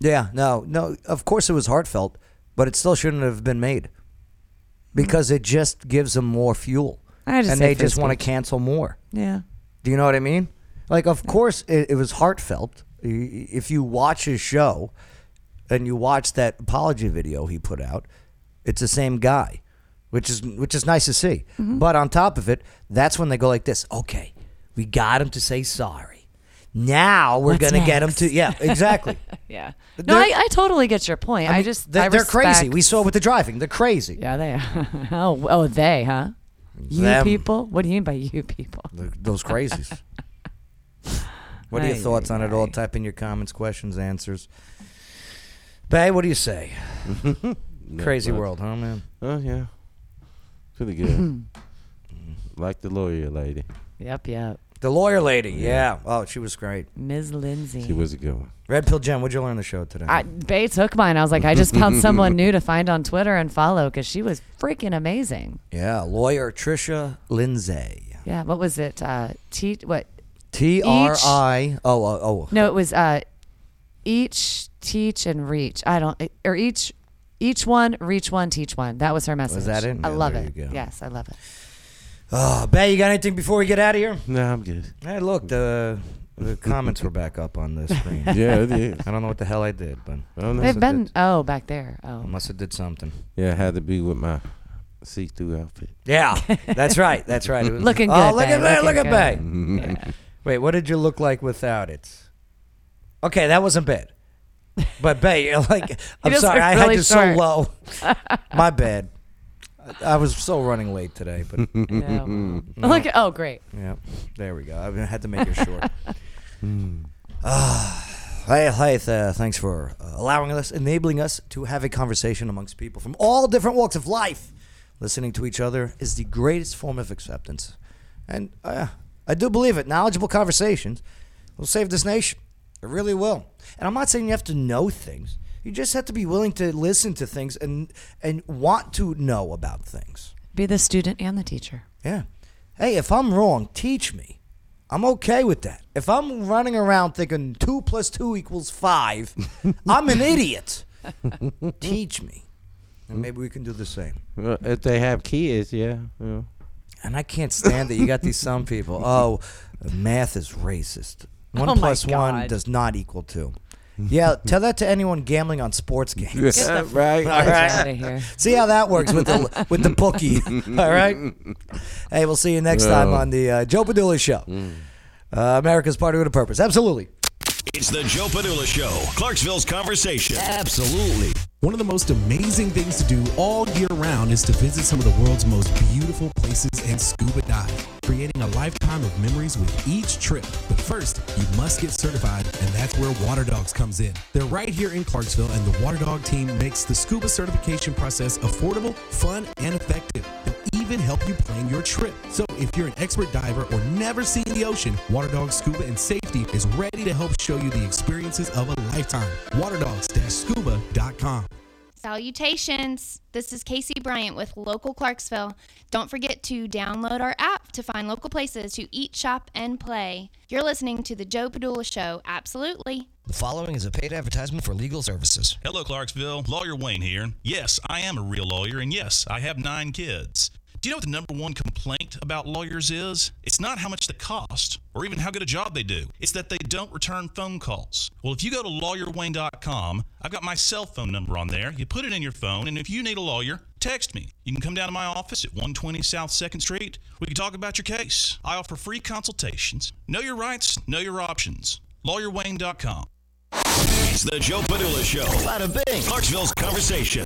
Yeah, no, no. Of course it was heartfelt, but it still shouldn't have been made because it just gives them more fuel,
I just
and
say
they
free
just want to
speech.
cancel more.
Yeah.
Do you know what I mean? Like, of course, it, it was heartfelt. I- If you watch his show and you watch that apology video he put out, it's the same guy, which is which is nice to see.
Mm-hmm.
But on top of it, that's when they go like this: Okay, we got him to say sorry. Now we're
What's
gonna get him
next?
to yeah,
*laughs*
exactly.
Yeah. No, I,
They're-
I totally get your point. I,
mean,
just
they,
I
they're crazy.
respect-
We saw it with the driving. They're crazy.
Yeah, they are. *laughs* oh, oh, they, huh? You
Them.
people? What do you mean by you people?
Th- Those
*laughs*
crazies. what are your
Aye,
thoughts on it all? Type in your comments, questions, answers. Bay, what do you say?
Not
Crazy
much.
world, huh, man?
Oh yeah. Pretty *clears throat* good. like the lawyer lady.
Yep, yep.
The lawyer lady. Yeah. Oh, she was great.
Ms. Lindsay.
She was a good one.
Red Pill Jen, what'd you learn on the show today?
I, Bay took mine. I was like, I just
*laughs*
found someone new to find on Twitter and follow because she was freaking amazing.
yeah, lawyer Trisha Lindsay.
Yeah. What was it? Uh, T what?
T R I. Oh, oh, oh.
No, it was uh, each teach and reach. I don't eh, or each each one reach one teach one. That was her message.
that it?
I
Yeah,
love
there
it.
you go.
Yes, I love it.
Oh, Bay, you got anything before we get out of here?
No, I'm good.
Hey, look, the, the comments were back up on the screen.
Yeah, it *laughs* is.
I don't know what the hell I did, but
Oh, no.
They've been oh back there. Oh,
*laughs* unless it did something.
Yeah, I had to be with my see through outfit.
Yeah, that's right. That's *laughs* right. It was-
Looking
Oh,
good,
look at
babe,
that. Look
looking
at that. *laughs*
Yeah.
Wait, what did you look like without it? Okay, that wasn't bad. But Bay,
*laughs*
you're like I'm
just
sorry,
looked
I had
really
you so
short. *laughs*
low. My bad. I was so running late today, *laughs* but
no. look. at- Oh, great.
yeah, there we go. I had to make it short. Ah, Hey, hey, th- thanks for uh, allowing us, enabling us to have a conversation amongst people from all different walks of life. Listening to each other is the greatest form of acceptance. And uh, I do believe it. Knowledgeable conversations will save this nation. It really will. And I'm not saying you have to know things. You just have to be willing to listen to things and and want to know about things.
Be the student and the teacher.
Yeah. Hey, if I'm wrong, teach me. I'm okay with that. If I'm running around thinking two plus two equals five, I'm an idiot. teach me. And maybe we can do the same.
Well, if they have kids, yeah. yeah.
And I can't stand that you got these some people. Oh, math is racist. One
Oh my
plus one
God.
does not equal two. Yeah, tell that to anyone gambling on sports games.
*laughs* right.
*laughs* All
Out of
right.
here.
See how that works with the with the bookie. *laughs* All right. Hey, we'll see you next time
Well.
on the uh, Joe Padula Show. Uh, America's Party with a Purpose. Absolutely.
It's the Joe Padula Show, Clarksville's conversation.
Absolutely. One of the most amazing things to do all year round is to visit some of the world's most beautiful places and scuba dive, creating a lifetime of memories with each trip. But first, you must get certified, and that's where Water Dogs comes in. They're right here in Clarksville, and the Water Dog team makes the scuba certification process affordable, fun, and effective. They'll even help you plan your trip. So if you're an expert diver or never seen the ocean, Water Dogs Scuba and Safety is ready to help show you the experiences of a lifetime. Waterdogs-scuba.com.
Salutations! This is Casey Bryant with Local Clarksville. Don't forget to download our app to find local places to eat, shop, and play. You're listening to The Joe Padula Show, absolutely.
The following is a paid advertisement for legal services.
Hello, Clarksville. Lawyer Wayne here. Yes, I am a real lawyer, and yes, I have nine kids. Do you know what the number one complaint about lawyers is? It's not how much they cost or even how good a job they do. It's that they don't return phone calls. Well, if you go to lawyerwayne.com, I've got my cell phone number on there. You put it in your phone, and if you need a lawyer, Text me. You can come down to my office at 120 South 2nd Street. We can talk about your case. I offer free consultations. Know your rights, know your options. LawyerWayne.com.
It's the Joe Padula Show. Bada bing. Clarksville's conversation.